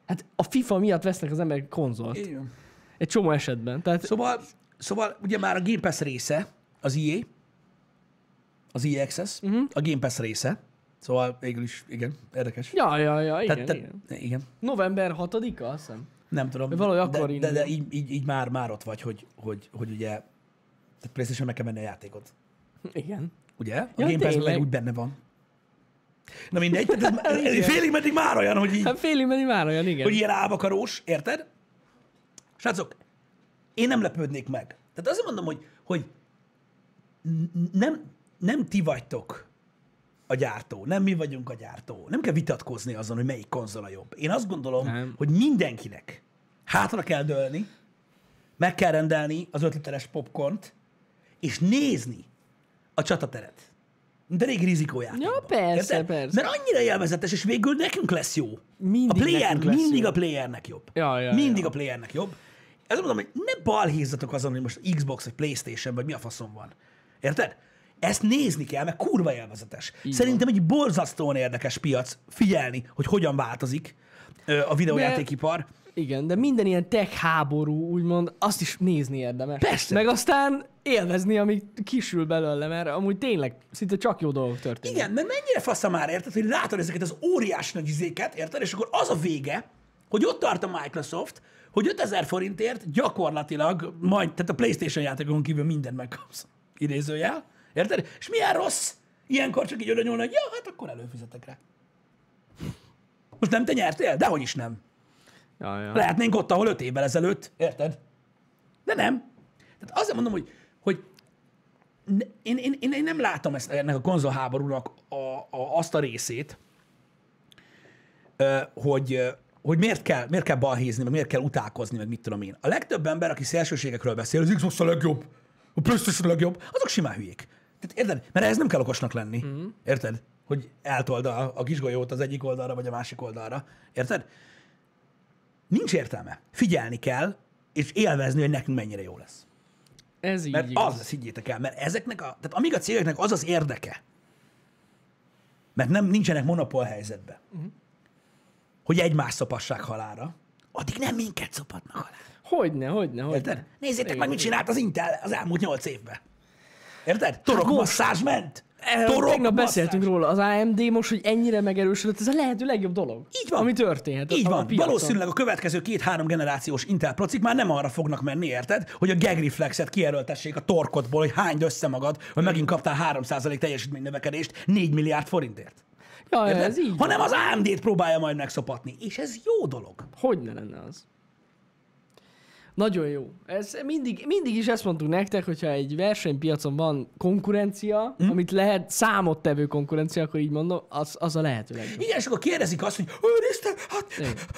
S2: Hát a FIFA miatt vesznek az emberek konzolt.
S1: Így van.
S2: Egy csomó esetben. Tehát
S1: Szóval, szóval ugye már a Game Pass része az EA, az EA Access,
S2: Mhm.
S1: uh-huh. a Game Pass része, szóval végül is, igen, érdekes.
S2: Ja, ja, ja, igen,
S1: te,
S2: igen.
S1: igen.
S2: November 6-a, azt hiszem.
S1: Nem tudom.
S2: Valahogy akkor
S1: de, de,
S2: indul.
S1: de így, így, így, már, már ott vagy, hogy, hogy, hogy ugye, tehát PlayStation meg kell menni a játékot.
S2: Igen.
S1: Ugye? A
S2: Ja,
S1: Game Pass
S2: tényleg.
S1: meg úgy benne van. Na mindegy, tehát ez, ez félig meddig már olyan, hogy így,
S2: Hát félig menni már olyan, igen.
S1: hogy ilyen álvakarós, érted? Srácok, én nem lepődnék meg. Tehát azt mondom, hogy, hogy n- nem, nem ti vagytok a gyártó, nem mi vagyunk a gyártó. Nem kell vitatkozni azon, hogy melyik konzol a jobb. Én azt gondolom,
S2: Nem.
S1: nem. hogy mindenkinek hátra kell dőlni, meg kell rendelni az ötliteres popcornt, és nézni a csatateret. De régi rizikójátékban.
S2: Ja, persze,
S1: Érted?
S2: persze.
S1: Mert annyira élvezetes, és végül nekünk lesz jó.
S2: Mindig
S1: a player,
S2: nekünk lesz
S1: mindig
S2: jó.
S1: a playernek jobb.
S2: Ja, ja,
S1: mindig
S2: ja.
S1: a playernek jobb. Ezt mondom, hogy ne balhézzatok azon, hogy most Xbox vagy Playstation, vagy mi a faszom van. Érted? Ezt nézni kell, mert kurva élvezetes. Így Szerintem egy borzasztóan érdekes piac figyelni, hogy hogyan változik ö, a videójátékipar.
S2: Igen, de minden ilyen tech háború, úgymond, azt is nézni érdemes.
S1: Persze.
S2: Meg aztán élvezni, amíg kisül belőle, mert amúgy tényleg szinte csak jó dolgok történnek.
S1: Igen, mert mennyire fasza már, érted, hogy látod ezeket az óriás nagy izéket, érted, és akkor az a vége, hogy ott tart a Microsoft, hogy 5000 forintért gyakorlatilag majd, tehát a Playstation játékon kívül mindent megkapsz, idézőjel, érted? És milyen rossz ilyenkor csak így oda nyúlni, hogy ja, hát akkor előfizetek rá. Most nem te nyertél? Dehogy is nem.
S2: Ja, ja.
S1: Lehetnénk ott, ahol öt évvel ezelőtt, érted? De nem. Tehát azért mondom, hogy, hogy ne- én, én, én, én nem látom ezt, ennek a konzolháborúnak a, a, azt a részét, ö, hogy, ö, hogy miért kell, miért kell balhézni, meg miért kell utálkozni, meg mit tudom én. A legtöbb ember, aki szélsőségekről beszél, az Xbox a legjobb, a PlayStation a legjobb, azok simán hülyék. Tehát érted? Mert ehhez nem kell okosnak lenni. Mm. Érted? Hogy eltold a, a kisgolyót az egyik oldalra, vagy a másik oldalra. Érted? Nincs értelme. Figyelni kell, és élvezni, hogy nekünk mennyire jó lesz.
S2: Ez így
S1: Mert
S2: igaz.
S1: az lesz, higgyétek el, mert ezeknek a, tehát amíg a cégeknek az az érdeke, mert nem nincsenek monopól helyzetben,
S2: Mhm.
S1: uh-huh. hogy egymást szopassák halára, addig nem minket szopatnak halára.
S2: Hogyne, hogyne,
S1: Érted?
S2: hogyne.
S1: Nézzétek
S2: Igen,
S1: meg, mit
S2: igen.
S1: csinált az Intel az elmúlt nyolc évben. Érted? Torokmasszázs ment.
S2: Erről tegnap
S1: Torokmasszázs.
S2: beszéltünk róla, az AMD most, hogy ennyire megerősödött, ez a lehető legjobb dolog,
S1: Így van.
S2: ami történhet.
S1: Így
S2: a,
S1: van.
S2: A piacon.
S1: Valószínűleg a következő két-három generációs Intel procik már nem arra fognak menni, érted? Hogy a gag reflexet kijelöltessék a torkodból, hogy hányd össze magad,
S2: Hmm.
S1: hogy megint kaptál 3% teljesítménynövekedést 4 milliárd forintért.
S2: Ja, ja,
S1: Érted?
S2: ez így.
S1: Hanem az AMD-t próbálja majd megszopatni. És ez jó dolog.
S2: Hogy ne lenne az? Nagyon jó. Ez mindig, mindig is ezt mondtuk nektek, hogyha egy versenypiacon van konkurencia,
S1: Mhm.
S2: hm? amit lehet számottevő konkurencia, akkor így mondom, az, az a lehető legjobb.
S1: Igen, és akkor kérdezik azt, hogy Úristen, hát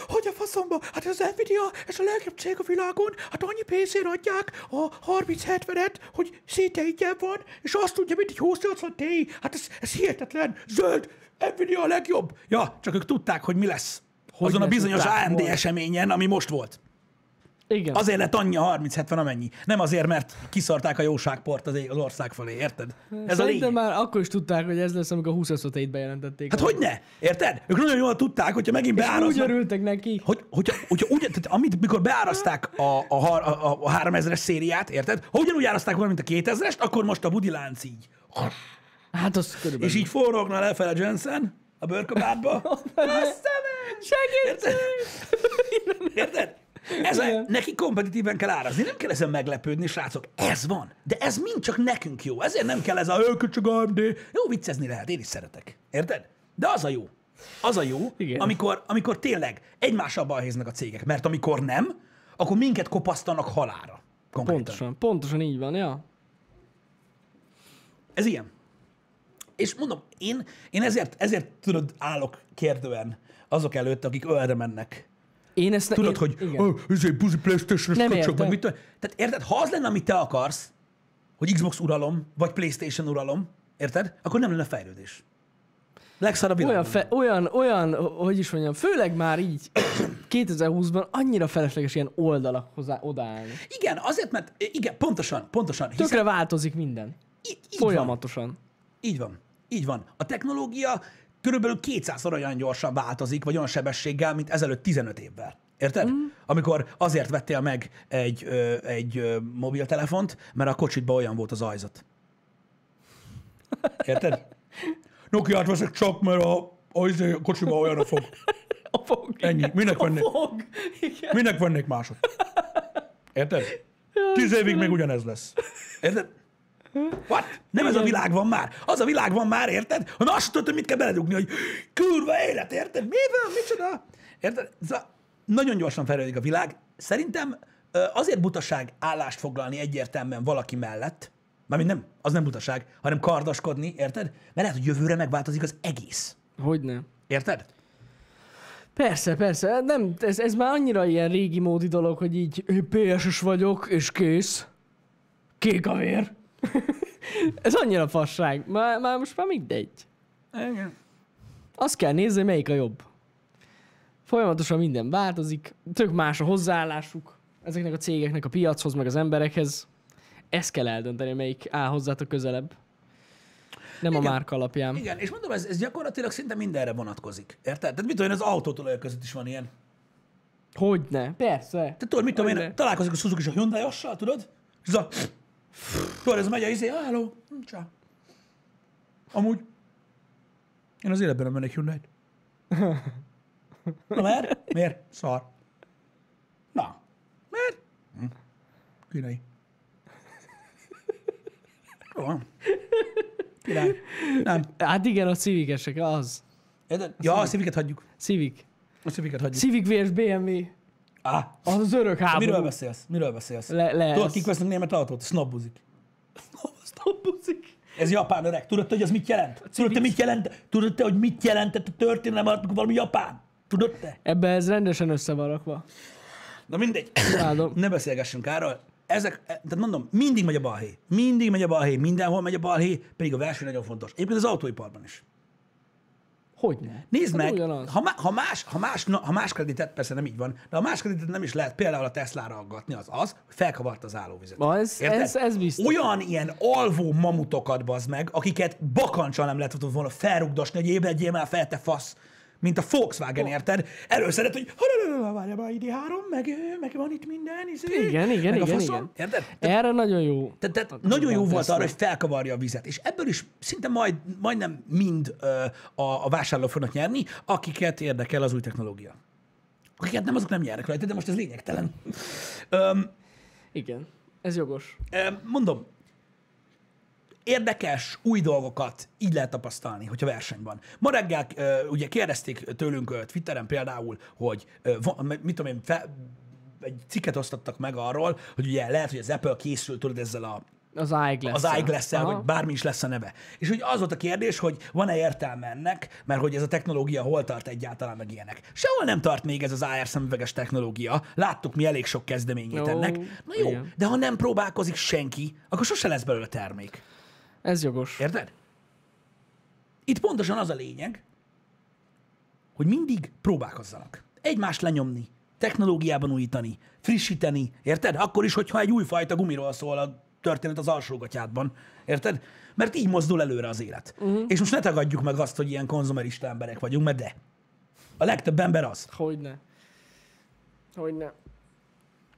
S1: hogy a faszomba? Hát az Nvidia, ez a legjobb cég a világon, hát annyi pénzért adják a 3070-et, hogy szinte ingyen van, és azt tudja, mint egy 2080 Ti. Hát ez, ez hihetetlen, zöld, Nvidia a legjobb. Ja, csak ők tudták, hogy mi lesz. Hogy azon
S2: ne
S1: a bizonyos
S2: tudták
S1: AMD
S2: volna.
S1: eseményen, ami most volt.
S2: Igen. Az...
S1: Azért lett annyi a 30-70 amennyi. Nem azért, mert kiszarták a jóságport az az ország felé, érted? Ez a lényeg.
S2: Szerintem már akkor is tudták, hogy ez lesz, amikor a 20 ét bejelentették.
S1: Hát hogy ne? Érted? Ők nagyon jól tudták, hogyha megint
S2: Úgy
S1: beáraznak.
S2: örültek neki.
S1: Hogy, hogyha, hogyha ugyan, tehát amit, mikor beáraszták a, a, har- a, a, a 3000-es szériát, érted? Ha ugyanúgy áraszták volna, mint a 2000-est, akkor most a budi lánc így.
S2: Hát az körülbelül.
S1: És így forogna lefele Jensen a bőrkabátba. Bassza meg!
S2: Segítség!
S1: Érted? Ez a,
S2: Igen.
S1: neki kompetitíven kell árazni. Nem kell ezen meglepődni, srácok. Ez van. De ez mind csak nekünk jó. Ezért nem kell ez a ők csak AMD. Jó viccezni lehet, én is szeretek. Érted? De az a jó. Az a jó,
S2: Igen.
S1: amikor, amikor tényleg egymással balhéznak a cégek. Mert amikor nem, akkor minket kopasztanak halára. Konkrétan.
S2: Pontosan, pontosan így van, ja.
S1: Ez ilyen. És mondom, én, én ezért, ezért tudod, állok kérdően azok előtt, akik ölre mennek.
S2: Én ezt ne,
S1: Tudod,
S2: én,
S1: hogy
S2: Igen.
S1: "Ö, ez egy buzi playstation
S2: Nem
S1: kacsok,
S2: értem.
S1: vagy mit tudom. Tehát érted, ha az lenne, amit te akarsz, hogy Xbox uralom, vagy Playstation uralom, érted? Akkor nem lenne fejlődés. Legszarabb
S2: Olyan,
S1: világon.
S2: fe, olyan, olyan, hogy is mondjam, főleg már így 2020-ban annyira felesleges ilyen oldalak hozzá odaállni.
S1: Igen, azért, mert igen, pontosan, pontosan. Hiszen
S2: Tökre változik minden.
S1: így, így van.
S2: Folyamatosan.
S1: Így van. Így van. A technológia körülbelül 200-szor olyan gyorsan változik, vagy olyan sebességgel, mint ezelőtt 15 évvel. Érted? Mm. Amikor azért vettél meg egy, ö, egy ö, mobiltelefont, mert a kocsitban olyan volt az ajzat. Érted? Nokiát veszek csak, mert a, a, izé- a kocsiban olyan a fog.
S2: A fog.
S1: Ennyi. Minek vennék,
S2: fog. Igen.
S1: minek vennék másod? Érted? Tíz évig még ugyanez lesz. Érted? What? Nem ez a világ van már. Az a világ van már, érted? Ha azt tudod, hogy mit kell beledugni, hogy kurva élet, érted? Mi van? Micsoda? Érted? Szóval nagyon gyorsan fejlődik a világ. Szerintem ö, azért butaság állást foglalni egyértelműen valaki mellett, mármint nem, az nem butaság, hanem kardoskodni, érted? Mert lehet, hogy jövőre megváltozik az egész.
S2: Hogyne.
S1: Érted?
S2: Persze, persze. Nem, ez, ez már annyira ilyen régi módi dolog, hogy így PS-es vagyok, és kész. Kék a vér. ez annyira fasság. Már, már most már mindegy.
S1: Igen.
S2: Azt kell nézni, melyik a jobb. Folyamatosan minden változik, tök más a hozzáállásuk ezeknek a cégeknek a piachoz, meg az emberekhez. Ezt kell eldönteni, melyik áll hozzátok közelebb. Nem Igen. a
S1: Igen.
S2: márka alapján. Igen.
S1: Igen, és mondom, ez, ez gyakorlatilag szinte mindenre vonatkozik. Érted? Tehát mit tudom én, az autótól között is van ilyen.
S2: Hogyne, persze.
S1: Te tudod, mit tudom én,
S2: Hogyne.
S1: találkozik a Suzuki és a hyundai tudod? És ez a... Tudod, ez megy a izé, "Ah, hello, csá. Amúgy, én az életben nem mennék hyundai Na mert? Miért? Szar. Na. Miért? Hm. Kínai. Jó van. Király. Nem.
S2: Hát igen, a civikesek, az.
S1: Érted? Ja, a civiket hagyjuk.
S2: Civik.
S1: A civiket hagyjuk.
S2: Civic vs BMW.
S1: Ah,
S2: Az az örök
S1: miről
S2: háború.
S1: beszélsz? Miről beszélsz?
S2: Le, le,
S1: Tudod,
S2: ez-
S1: kik vesznek német autót? Snobbuzik.
S2: Sztobuzik.
S1: Ez japán öreg. Tudod, te, hogy az mit jelent? Tudod, te, mit jelent? Tudod, te, hogy mit jelentett a történelem alatt, amikor valami japán? Tudod te?
S2: Ebbe ez rendesen össze van rakva.
S1: Na mindegy.
S2: Imádom.
S1: ne beszélgessünk erről. Ezek, e, tehát mondom, mindig megy a balhé. Mindig megy a balhé, mindenhol megy a balhé, pedig a verseny nagyon fontos. Egyébként az autóiparban is.
S2: Hogyne.
S1: Nézd
S2: Hát
S1: meg,
S2: ugyanaz.
S1: ha, má- ha, más, ha, más, na, ha más kreditet, persze nem így van, de ha más kreditet nem is lehet például a Teslára aggatni, az az, hogy felkavart az állóvizet.
S2: Na, ez-
S1: Érted?
S2: ez- ez biztos.
S1: Olyan ilyen alvó mamutokat bazd meg, akiket bakancsal nem lehetett volna felrugdosni, hogy ébredjél már fel, te fasz mint a Volkswagen, érted? Előszedett, hogy ha várja már ID3, meg, ö, meg van itt minden, izé,
S2: Igen, igen,
S1: meg a
S2: igen,
S1: faszom,
S2: igen.
S1: Érted?
S2: Erre nagyon jó.
S1: Tehát, tehát
S2: Akkor
S1: nagyon jó
S2: van
S1: volt
S2: Tesla.
S1: arra, hogy felkavarja a vizet, és ebből is szinte majd, majdnem mind ö, a, a vásárlók fognak nyerni, akiket érdekel az új technológia. Akiket nem, azok nem nyernek rajta, de most ez lényegtelen. Öm,
S2: Igen. Ez jogos.
S1: öm, mondom, érdekes új dolgokat így lehet tapasztalni, hogyha verseny van. Ma reggel ö, ugye kérdezték tőlünk ö, Twitteren például, hogy ö, va- m- mit tudom én, fe, egy cikket osztottak meg arról, hogy ugye lehet, hogy az Apple készül, tudod, ezzel a
S2: Az eyeglass
S1: az eyeglass vagy bármi is lesz a neve. És hogy az volt a kérdés, hogy van-e értelme ennek, mert hogy ez a technológia hol tart egyáltalán, meg ilyenek. Sehol nem tart még ez az AR szemüveges technológia. Láttuk mi elég sok kezdeményét
S2: Ó,
S1: ennek. Na jó,
S2: igen.
S1: de ha nem próbálkozik senki, akkor sose lesz belőle termék.
S2: Ez jogos.
S1: Érted? Itt pontosan az a lényeg, hogy mindig próbálkozzanak. Egymást lenyomni, technológiában újítani, frissíteni, érted? Akkor is, hogyha egy újfajta gumiról szól a történet az alsógatyádban, érted? Mert így mozdul előre az élet. Uh-huh. És most ne tagadjuk meg azt, hogy ilyen konzumerista emberek vagyunk, mert de. A legtöbb ember az.
S2: Hogyne. Hogyne.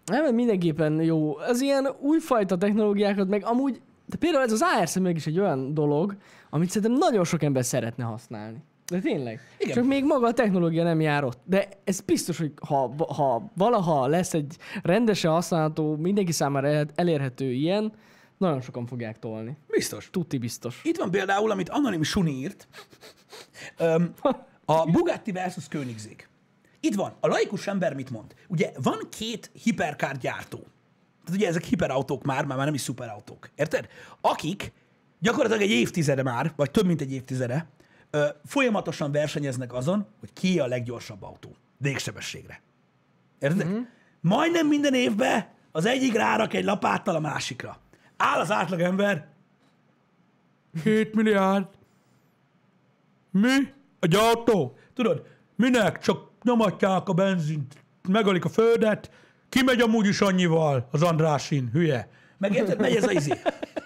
S2: Nem, mert mindenképpen jó. Az ilyen újfajta technológiákat, meg amúgy, de például ez az AR szemüveg is egy olyan dolog, amit szerintem nagyon sok ember szeretne használni. De tényleg.
S1: Igen.
S2: Igen. Csak még maga a technológia nem jár ott. De ez biztos, hogy ha, ha valaha lesz egy rendesen használható, mindenki számára el- elérhető ilyen, nagyon sokan fogják tolni.
S1: Biztos.
S2: Tuti biztos.
S1: Itt van például, amit Anonim Suni írt. Öm, a Bugatti versus Koenigsegg. Itt van. A laikus ember mit mond? Ugye van két hiperkár gyártó. Tehát ugye ezek hiperautók már, már már nem is szuperautók. Érted? Akik gyakorlatilag egy évtizede már, vagy több mint egy évtizede, ö, folyamatosan versenyeznek azon, hogy ki a leggyorsabb autó. Végsebességre. Érted? Mm-hmm. Majdnem minden évben az egyik rárak egy lapáttal a másikra. Áll az átlagember,
S2: 7 milliárd.
S1: Mi? Egy autó? Tudod, minek? Csak nyomatják a benzint, megölik a földet, kimegy amúgy is annyival az Andrásin, hülye. Megérted? Megy ez a izé.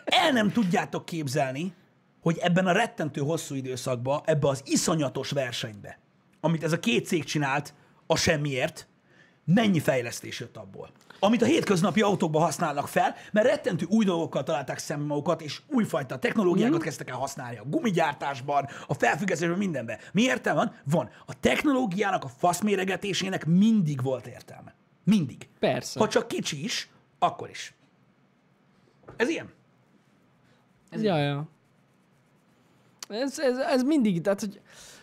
S1: El nem tudjátok képzelni, hogy ebben a rettentő hosszú időszakban, ebbe az iszonyatos versenybe, amit ez a két cég csinált a semmiért, mennyi fejlesztés jött abból. Amit a hétköznapi autókban használnak fel, mert rettentő új dolgokkal találták szembe magukat, és újfajta technológiákat
S2: Mhm.
S1: kezdtek el használni a gumigyártásban, a felfüggesztésben, mindenben. Mi értelme van? Van. A technológiának, a faszméregetésének mindig volt értelme. Mindig.
S2: Persze.
S1: Ha csak kicsi is, akkor is. Ez ilyen.
S2: Ja, ja. Ez, ez, ez mindig, tehát, hogy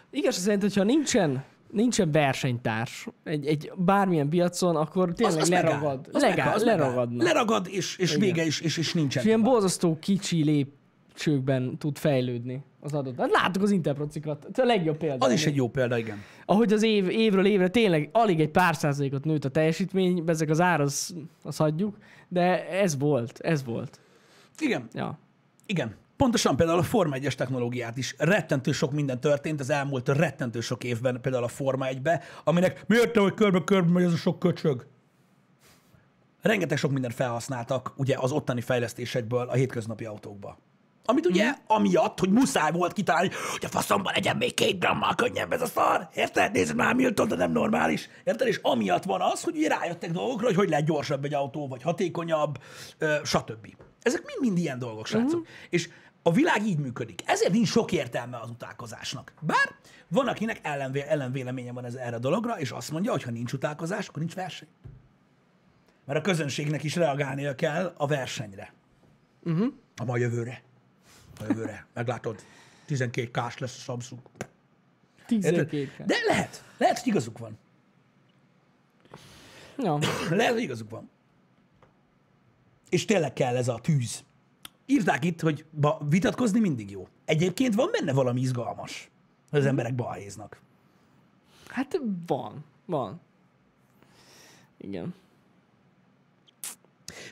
S2: igaz szerint, hogyha nincsen, nincsen versenytárs egy, egy bármilyen piacon, akkor
S1: Az,
S2: tényleg
S1: az megáll.
S2: leragad.
S1: Az
S2: Legáll,
S1: megáll, az megáll.
S2: leragadna.
S1: Leragad, és, és vége is, és, és nincsen.
S2: És ilyen borzasztó kicsi lépcsőkben tud fejlődni az adott. Hát láttuk az interprocikat, ez a legjobb példa.
S1: Az is egy jó példa, igen.
S2: Ahogy az év, évről évre tényleg alig egy pár százalékot nőtt a teljesítmény, ezek az ár, az, az hagyjuk, de ez volt, ez volt.
S1: Igen.
S2: Ja.
S1: Igen. Pontosan például a Forma 1-es technológiát is. Rettentő sok minden történt az elmúlt rettentő sok évben, például a Forma 1-be, aminek miért te, hogy körbe-körbe megy ez a sok köcsög? Rengeteg sok mindent felhasználtak ugye az ottani fejlesztésekből a hétköznapi autókba. Amit ugye mm. amiatt, hogy muszáj volt kitalálni, hogy a faszomban legyen még két grammal könnyebb ez a szar, érted? Nézd már, Milton, de nem normális, érted? És amiatt van az, hogy ugye rájöttek dolgokra, hogy hogy lehet gyorsabb egy autó, vagy hatékonyabb, ö, stb. Ezek mind-mind ilyen dolgok, srácok. És a világ így működik. Ezért nincs sok értelme az utálkozásnak. Bár van, akinek ellenvé- ellenvéleménye van ez erre a dologra, és azt mondja, hogy ha nincs utálkozás, akkor nincs verseny. Mert a közönségnek is reagálnia kell a versenyre. A ma jövőre. A jövőre. Meglátod, 12 kás lesz a Samsung. Érted?
S2: 12
S1: De lehet. Lehet, hogy igazuk van.
S2: ja.
S1: Lehet, hogy igazuk van. És tényleg kell ez a tűz. Írták itt, hogy ba, vitatkozni mindig jó. Egyébként van benne valami izgalmas, hogy az emberek balhéznak.
S2: Hát van, van. Igen.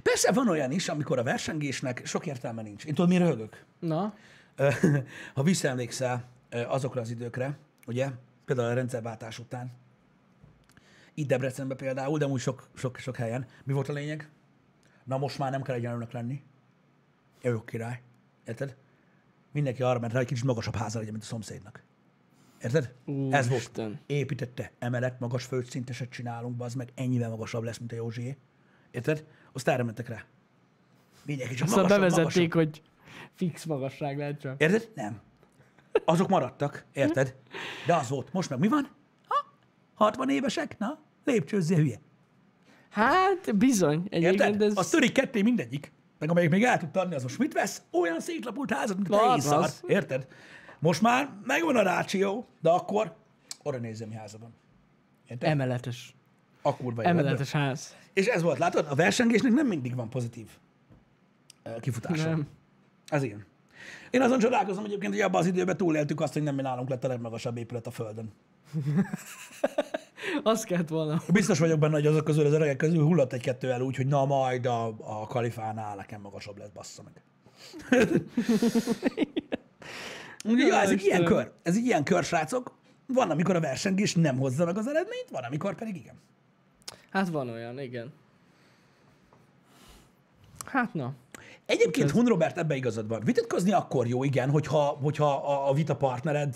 S1: Persze van olyan is, amikor a versengésnek sok értelme nincs. Én tudom, mi röhögök.
S2: Na,
S1: Ö, ha visszaemlékszel ö, azokra az időkre, ugye, például a rendszerváltás után, itt Debrecenben például, de úgy sok, sok, sok helyen. Mi volt a lényeg? Na most már nem kell egyenlőnek lenni. Én vagyok király. Érted? Mindenki arra ment rá, hogy kicsit magasabb háza legyen, mint a szomszédnak. Érted? Ez volt.
S2: Úristen.
S1: Építette emelet, magas földszinteset csinálunk, az meg ennyivel magasabb lesz, mint a Józsié. Érted? Aztán erre mentek rá. Mindenki csak
S2: szóval
S1: magasabb, magasabb.
S2: bevezették, hogy fix magasság lehet csak.
S1: Érted? Nem. Azok maradtak, érted? De az volt. Most meg mi van? Ha, 60 évesek? Na, lépcsőzzél, hülye.
S2: Hát bizony, egyébként
S1: Érted?
S2: ez...
S1: A törik ketté mindegyik. Meg amelyik még el tud adni, az most mit vesz? Olyan szétlapult házat, mint a
S2: Na,
S1: tehén
S2: az
S1: szar.
S2: az.
S1: Érted? Most már megvan a ráció, de akkor oda nézzem, mi háza van. Érted?
S2: Emeletes.
S1: A kurva életben.
S2: Emeletes ház.
S1: És ez volt, látod? A versengésnek nem mindig van pozitív ö, kifutása.
S2: Nem.
S1: Ez igen. Én azon csodálkozom egyébként, hogy abban az időben túléltük azt, hogy nem mi nálunk lett a legmagasabb épület a Földön.
S2: Az kellett volna.
S1: Biztos vagyok benne, hogy azok közül az öregek közül hullott egy-kettő el úgy, hogy na majd a, a kalifánál nekem magasabb lesz, bassza meg. Ugye, ja, ez egy ilyen
S2: Istenem.
S1: kör. Ez egy ilyen kör, srácok. Van, amikor a versengés nem hozza meg az eredményt, van, amikor pedig igen.
S2: Hát van olyan, igen. Hát na.
S1: Egyébként Hun Robert ebbe igazad van. Vitatkozni akkor jó, igen, hogyha, hogyha a, a vita partnered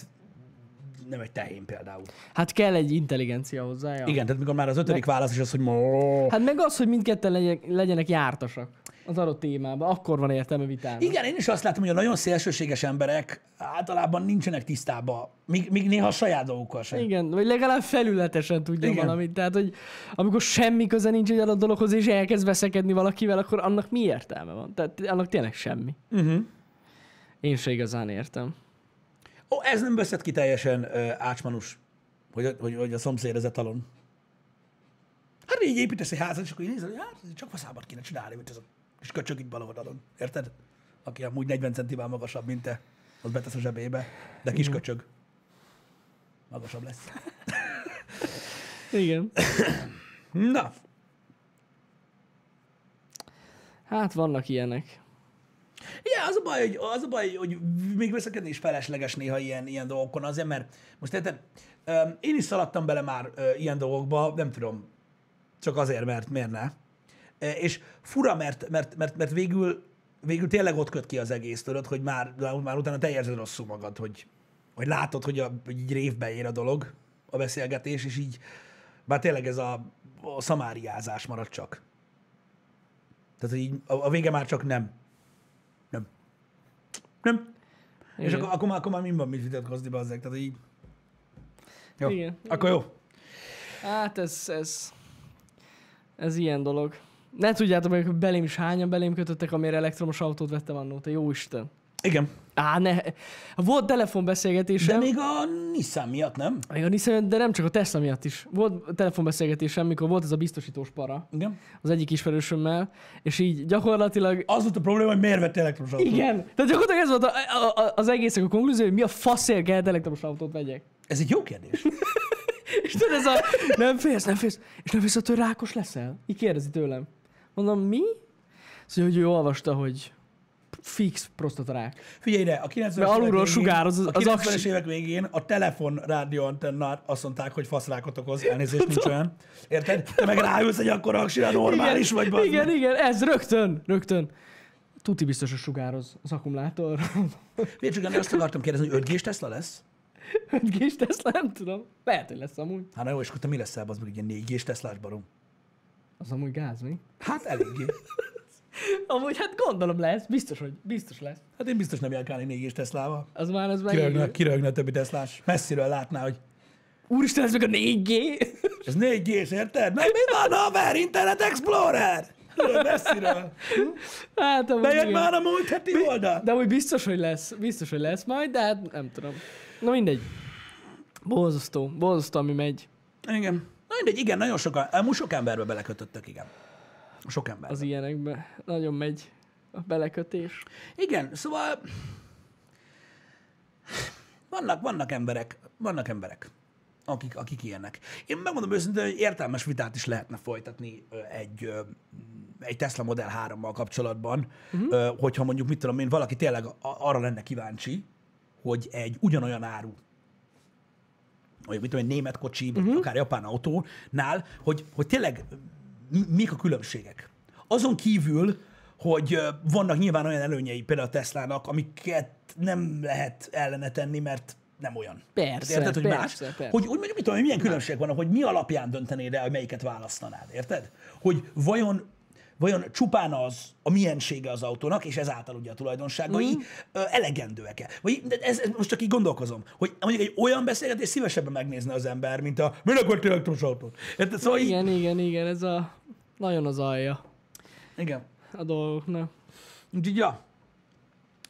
S1: nem egy tehén például.
S2: Hát kell egy intelligencia hozzája.
S1: Igen, tehát mikor már az ötödik válasz is az, hogy mo-
S2: Hát meg az, hogy mindketten legyenek, legyenek jártasak az adott témában, akkor van értelme vitának.
S1: Igen, én is azt látom, hogy a nagyon szélsőséges emberek általában nincsenek tisztában, még, még néha a saját dolgukkal sem.
S2: Igen, vagy legalább felületesen tudja
S1: Igen.
S2: Igen. valamit. Tehát, hogy amikor semmi köze nincs egy adott dologhoz, és elkezd veszekedni valakivel, akkor annak mi értelme van? Tehát annak tényleg semmi. Uh-huh.
S1: Mhm.
S2: Én se igazán értem.
S1: Ó, ez nem veszett ki teljesen ö, ácsmanus, hogy, hogy, hogy a szomszéd ez a talon. Hát így építesz egy házat, és akkor így nézel, hogy hát csak faszábat kéne csinálni, mint ez a kis köcsög itt bal oldalon. Érted? Aki amúgy 40 centivel magasabb, mint te, az betesz a zsebébe, de kis köcsög. Magasabb lesz.
S2: Igen.
S1: Na,
S2: Hát vannak ilyenek.
S1: Igen, az a baj, hogy, az a baj, hogy még veszekedni is felesleges néha ilyen, ilyen dolgokon azért, mert most érted, öm, én is szaladtam bele már ö, ilyen dolgokba, nem tudom, csak azért, mert miért ne. E, És fura, mert, mert, mert, mert végül, végül tényleg ott köt ki az egész, tudod, hogy már, már utána te érzed rosszul magad, hogy, hogy látod, hogy, a, hogy így révbe ér a dolog, a beszélgetés, és így már tényleg ez a, a szamáriázás marad csak. Tehát, hogy így a, a vége már csak nem. Nem. Nem. Igen. És
S2: Igen.
S1: akkor, akkor, már, akkor már mind van mit vitatkozni be ezek. Tehát így... Jó.
S2: Igen.
S1: Akkor jó.
S2: Hát ez, ez, ez ilyen dolog. Ne tudjátok meg, hogy belém is hányan belém kötöttek, amire elektromos autót vettem annó, te jó Isten.
S1: Igen.
S2: Á, ne. Volt
S1: De
S2: telefonbeszélgetésem.
S1: még a Nissan miatt, nem?
S2: Igen, hiszen, de nem csak a Tesla miatt is. Volt telefonbeszélgetésem, mikor volt ez a biztosítós para
S1: Igen.
S2: az egyik ismerősömmel, és így gyakorlatilag...
S1: Az volt a probléma, hogy miért vett elektromos autót.
S2: Igen, tehát gyakorlatilag ez volt a, a, a, az egésznek a konklúzió, hogy mi a faszért kellett elektromos autót vegyek.
S1: Ez egy jó kérdés.
S2: És tudod, ez a nem félsz, nem félsz, és nem félsz, hogy rákos leszel? Így kérdezi tőlem. Mondom, mi? Szóval, hogy ő olvasta, hogy fix prostatarák.
S1: Figyelj ide, a 90-es
S2: Mert alulról
S1: évek végén-
S2: sugároz az-
S1: a
S2: az
S1: 90-es
S2: aksi.
S1: évek végén a telefon rádióantennát azt mondták, hogy faszrákot okoz, elnézést nincs olyan. Érted? Te meg ráülsz egy akkora aksira, normális vagy bazd
S2: Igen,
S1: meg.
S2: igen, ez rögtön, rögtön. Tuti biztos, hogy sugároz az akkumulátor.
S1: Figyelj csak, Jani, azt akartam kérdezni, hogy 5G-s Tesla lesz?
S2: 5G-s Tesla, Hát, nem tudom. Lehet, hogy lesz amúgy.
S1: Hát na jó, és akkor te mi leszel, az meg egy ilyen 4G-s Teslás barom?
S2: Az amúgy gáz, mi?
S1: Hát eléggé.
S2: Amúgy hát gondolom lesz, biztos, hogy biztos lesz.
S1: Hát én biztos nem járkálni 4 és Teslával.
S2: Az már, az már
S1: Kirögne,
S2: égő.
S1: kirögne a többi Teslás. Messziről látná, hogy
S2: Úristen, ez meg a 4G?
S1: ez 4 g érted? Meg mi van, haver? Internet Explorer! Tudod, Messziről.
S2: Hát amúgy
S1: Bejött
S2: igen.
S1: már a múlt heti oldal.
S2: De amúgy biztos, hogy lesz. Biztos, hogy lesz majd, de hát nem tudom. Na mindegy. Borzasztó, borzasztó, ami megy.
S1: Igen. Na mindegy, igen, nagyon sokan, amúgy sok emberbe belekötöttek, igen. Sok ember.
S2: Az ilyenekbe. Nagyon megy a belekötés.
S1: Igen, szóval vannak, vannak emberek, vannak emberek, akik, akik ilyenek. Én megmondom őszintén, hogy értelmes vitát is lehetne folytatni ö, egy, ö, egy Tesla Model 3-mal kapcsolatban, uh-huh. hogyha mondjuk, mit tudom én, valaki tényleg a- arra lenne kíváncsi, hogy egy ugyanolyan áru, vagy mit tudom én, német kocsi, vagy
S2: Mhm.
S1: uh-huh. akár japán autónál, hogy, hogy tényleg mi- mik a különbségek. Azon kívül, hogy ö, vannak nyilván olyan előnyei például a Teslának, amiket nem lehet ellene tenni, mert nem olyan.
S2: Persze,
S1: Érted, hogy más?
S2: persze, persze.
S1: Hogy hogy úgy mondjuk, mit tudom, én, milyen különbség van, hogy mi alapján döntenéd el, hogy melyiket választanád, érted? Hogy vajon, vajon csupán az a miensége az autónak, és ezáltal ugye a tulajdonságai mm. elegendőek-e? Vagy de ez, ez most csak így gondolkozom, hogy mondjuk egy olyan beszélgetést szívesebben megnézne az ember, mint a miért akart elektromos autót? Érted? Szóval így,
S2: Igen, igen, igen, ez a... Nagyon az alja
S1: igen.
S2: a dolgoknak.
S1: Úgyhogy, ja,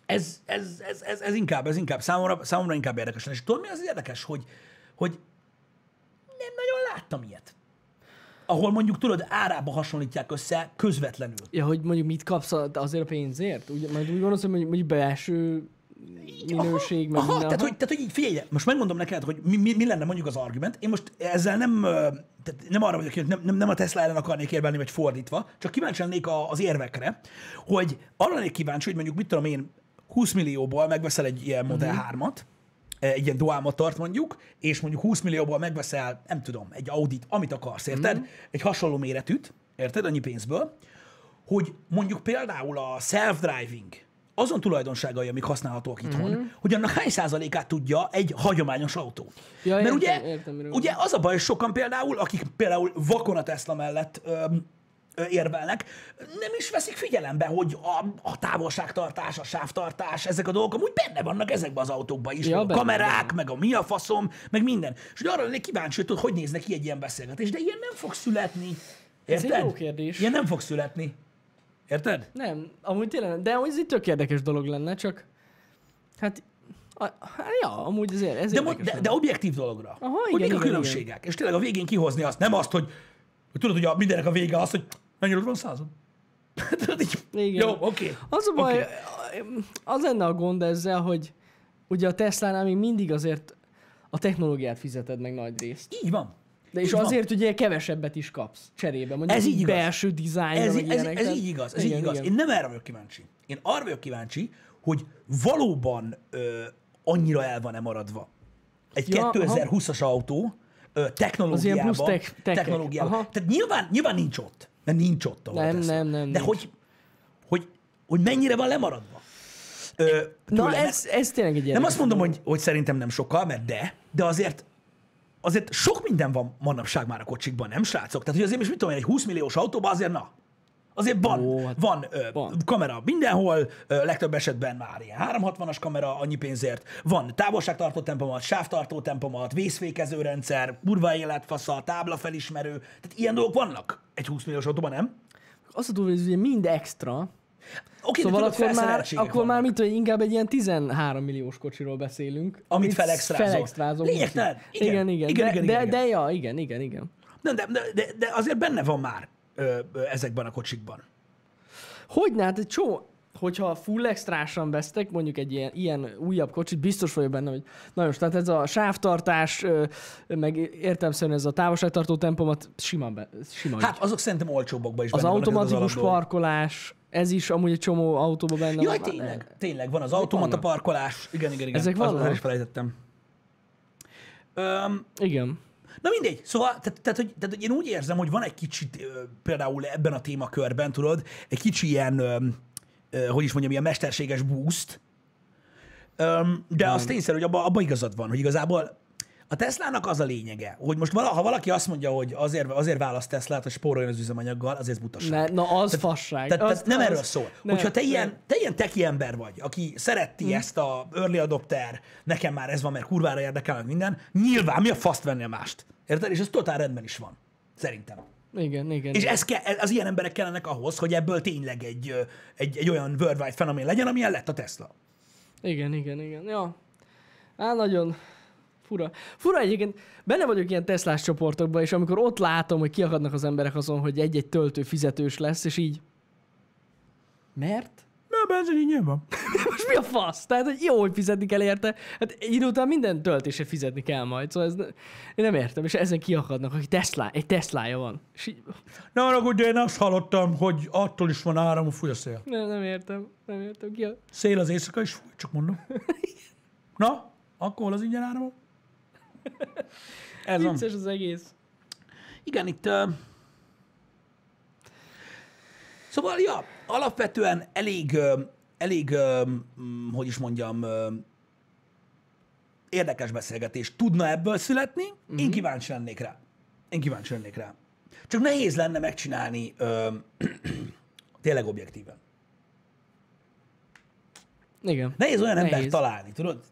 S1: ez, ez, ez, ez, ez, inkább, ez inkább számomra, számomra inkább érdekes. És tudod, mi az érdekes, hogy, hogy nem nagyon láttam ilyet. Ahol mondjuk, tudod, árába hasonlítják össze közvetlenül.
S2: Ja, hogy mondjuk mit kapsz a- azért a pénzért? Úgy, majd úgy gondolsz, hogy mondjuk, mondjuk belső minőség, meg
S1: Aha,
S2: minden.
S1: tehát, hogy, tehát, hogy így figyelj, ide, most megmondom neked, hogy mi, mi, mi lenne mondjuk az argument. Én most ezzel nem, ö, tehát nem arra vagyok, hogy nem, nem, nem a Tesla ellen akarnék érvelni, vagy fordítva, csak kíváncsi lennék a, az érvekre, hogy arra lennék kíváncsi, hogy mondjuk mit tudom én, 20 millióból megveszel egy ilyen
S2: Mhm.
S1: Model 3-at, egy ilyen dual motort mondjuk, és mondjuk 20 millióból megveszel, nem tudom, egy Audit, amit akarsz, érted?
S2: Mhm.
S1: Egy hasonló méretűt, érted, annyi pénzből, hogy mondjuk például a self-driving azon tulajdonságai, amik használhatóak
S2: Mhm.
S1: itthon, mm-hmm. hogy annak hány százalékát tudja egy hagyományos autó.
S2: Ja,
S1: Mert
S2: értem,
S1: ugye,
S2: értem, miről
S1: ugye az a baj, hogy sokan például, akik például vakon a Tesla mellett öm, ö, érvelnek, nem is veszik figyelembe, hogy a, a távolságtartás, a sávtartás, ezek a dolgok amúgy benne vannak ezekben az autókban is,
S2: Ja,
S1: ja, a
S2: benne
S1: kamerák, meg a mi a faszom, meg minden. És hogy arra lennék kíváncsi, hogy tudod, hogy néz neki egy ilyen beszélgetés, de ilyen nem fog születni.
S2: egy
S1: Érted?
S2: jó kérdés.
S1: Ilyen nem fog születni. Érted?
S2: Nem, amúgy tényleg nem. De amúgy ez egy tök érdekes dolog lenne, csak... Hát... A, hát ja, amúgy ezért, ez
S1: De, mo-
S2: érdekes
S1: de, de objektív dologra.
S2: Aha,
S1: hogy
S2: igen,
S1: mik a
S2: igen,
S1: különbségek. És tényleg a végén kihozni azt, nem azt, hogy, hogy tudod, hogy a, mindenek a vége az, hogy mennyire van százon. tudod, így,
S2: Igen.
S1: Jó, oké. Okay.
S2: Az a baj, az lenne a gond ezzel, hogy ugye a Tesla-nál még mindig azért a technológiát fizeted meg nagy részt.
S1: Így van.
S2: De
S1: így
S2: és
S1: van.
S2: azért ugye kevesebbet is kapsz cserébe, mondjuk
S1: Ez így igaz.
S2: belső dizájnra,
S1: ez,
S2: meg
S1: ez,
S2: ilyenek,
S1: ez
S2: tehát-
S1: így igaz, ez
S2: igen,
S1: így igaz.
S2: igen.
S1: Én nem erre vagyok kíváncsi. Én arra vagyok kíváncsi, hogy valóban ö, annyira el van-e maradva egy
S2: Ja, aha.
S1: ja, 2020-as autó ö, technológiában.
S2: plusz tech- techek.
S1: technológiában.
S2: Aha.
S1: Tehát nyilván, nyilván nincs ott. Mert nincs ott, ahol a
S2: Nem,
S1: Tesla.
S2: nem, nem,
S1: De
S2: nincs.
S1: hogy, hogy, hogy mennyire van lemaradva? Ö,
S2: Na
S1: tőle, ne-
S2: ez, ez tényleg egy
S1: nem
S2: érdekes.
S1: azt mondom, hogy, hogy szerintem nem sokkal, mert de, de azért azért sok minden van manapság már a kocsikban, nem srácok? Tehát, hogy azért is mit tudom én, egy 20 milliós autóban azért na, azért van,
S2: Ó,
S1: Ó,
S2: hát
S1: van, ö,
S2: van.
S1: van kamera mindenhol, ö, legtöbb esetben már ilyen 360-as kamera annyi pénzért, van távolságtartó tempomat, sávtartó tempomat, vészfékező rendszer, kurva életfasza, táblafelismerő, tehát ilyen dolgok vannak egy 20 milliós autóban, nem?
S2: Azt tudom, hogy ez ugye mind extra,
S1: Oké,
S2: Szóval
S1: de tudod,
S2: akkor már,
S1: felszereltségek
S2: akkor már
S1: vannak.
S2: mit, hogy inkább egy ilyen 13 milliós kocsiról beszélünk.
S1: Amit felextrázol.
S2: Felextrázol.
S1: Lényegtelen.
S2: Igen, igen, igen. igen, de, igen, de,
S1: igen.
S2: de, ja, igen, igen, igen.
S1: Nem, de, de, de, de azért benne van már ö, ö, ezekben a kocsikban.
S2: Hogy hát egy csó, hogyha full extrásan vesztek, mondjuk egy ilyen, ilyen újabb kocsit, biztos vagyok benne, hogy nagyon, tehát ez a sávtartás, ö, meg értelmszerűen ez a távolságtartó tempomat simán be, simán
S1: Hát azok szerintem olcsóbbakban is
S2: az
S1: benne vannak ezek
S2: automatikus
S1: alapdolgok.
S2: parkolás, ez is amúgy egy csomó autóban benne
S1: Jaj,
S2: van.
S1: tényleg, tényleg, van az automata
S2: vannak.
S1: parkolás. Igen, igen, igen.
S2: Ezek
S1: Azt
S2: vannak?
S1: már is felejtettem. Öm,
S2: Igen.
S1: na mindegy, szóval, tehát, tehát, hogy, tehát, hogy én úgy érzem, hogy van egy kicsit ö, például ebben a témakörben, tudod, egy kicsi ilyen, öm, ö, hogy is mondjam, ilyen mesterséges boost, Öm, de az tényszerű, hogy abban abba igazad van, hogy igazából a Teslának az a lényege, hogy most vala, ha valaki azt mondja, hogy azért, azért választ Teslát, hogy spóroljon az üzemanyaggal, azért butaság.
S2: Ne, na az fasság.
S1: Tehát,
S2: az,
S1: tehát nem
S2: az,
S1: erről szól.
S2: nem,
S1: Hogyha te
S2: nem. Hm.
S1: ilyen, te ilyen teki ember vagy, aki szereti ezt a early adopter, nekem már ez van, mert kurvára érdekel meg minden, nyilván mi a faszt venni a mást. Érted? És ez totál rendben is van. Szerintem.
S2: Igen, igen.
S1: És ez ke- az ilyen emberek kellenek ahhoz, hogy ebből tényleg egy, ö, egy, egy olyan worldwide fenomén legyen, amilyen lett a Tesla.
S2: Igen, igen, igen. Ja. Á, nagyon fura. Fura egyébként, benne vagyok ilyen Teslás csoportokban, és amikor ott látom, hogy kiakadnak az emberek azon, hogy egy-egy töltő fizetős lesz, és így... Mert?
S1: Na, a benzin ingyen van.
S2: Most mi a fasz? Tehát, hogy jó, hogy fizetni kell érte. Hát egy idő után minden töltésre fizetni kell majd. Szóval ez ne, én nem értem, és ezen kiakadnak, aki Tesla, egy Teslája van. És így,
S1: Na, arra, hogy én azt hallottam, hogy attól is van áram, hogy fúj a szél.
S2: nem, nem értem, nem értem ki a...
S1: Szél az éjszaka is fúj, csak mondom. Na, akkor hol az ingyen áram? Ez van.
S2: Vicces az egész.
S1: Igen, itt... ö, Szóval, ja, alapvetően elég, ö, elég, ö, mm, hogy is mondjam, ö, érdekes beszélgetés tudna ebből születni. Mm-hmm.
S2: Mhm.
S1: Én kíváncsi lennék rá. Én kíváncsi lennék rá. Csak nehéz lenne megcsinálni ö, tényleg objektíven.
S2: Igen.
S1: Nehéz olyan
S2: Nehéz.
S1: embert találni, tudod?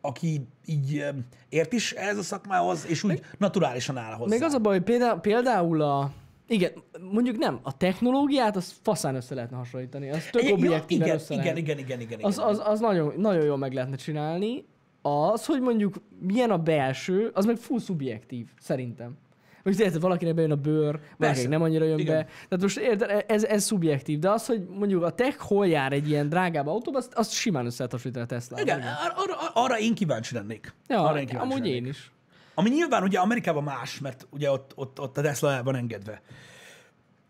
S1: Aki így ö, ért is ehhez a szakmához, és úgy naturálisan áll hozzá.
S2: Még az a baj, hogy például, például a... Igen, mondjuk nem, a technológiát az faszán össze lehetne hasonlítani. Az tök
S1: Egy- ja,
S2: objektíven
S1: igen,
S2: össze
S1: igen,
S2: lehet.
S1: igen, igen, igen, igen.
S2: Az, az, az nagyon, nagyon jól meg lehetne csinálni. Az, hogy mondjuk milyen a belső, az meg full szubjektív, szerintem. Most érted, valakinek bejön a bőr, valakinek nem annyira jön
S1: Igen.
S2: be. Tehát most érted, e- ez, ez szubjektív, de az, hogy mondjuk a tech hol jár egy ilyen drágább autóban, azt, azt simán össze lehet hasonlítani a tesla
S1: Igen, ar- ar- arra én kíváncsi lennék.
S2: Ja,
S1: arra én kíváncsi
S2: amúgy
S1: lennék.
S2: én is.
S1: Ami nyilván ugye Amerikában más, mert ugye ott, ott, ott a Tesla el van engedve.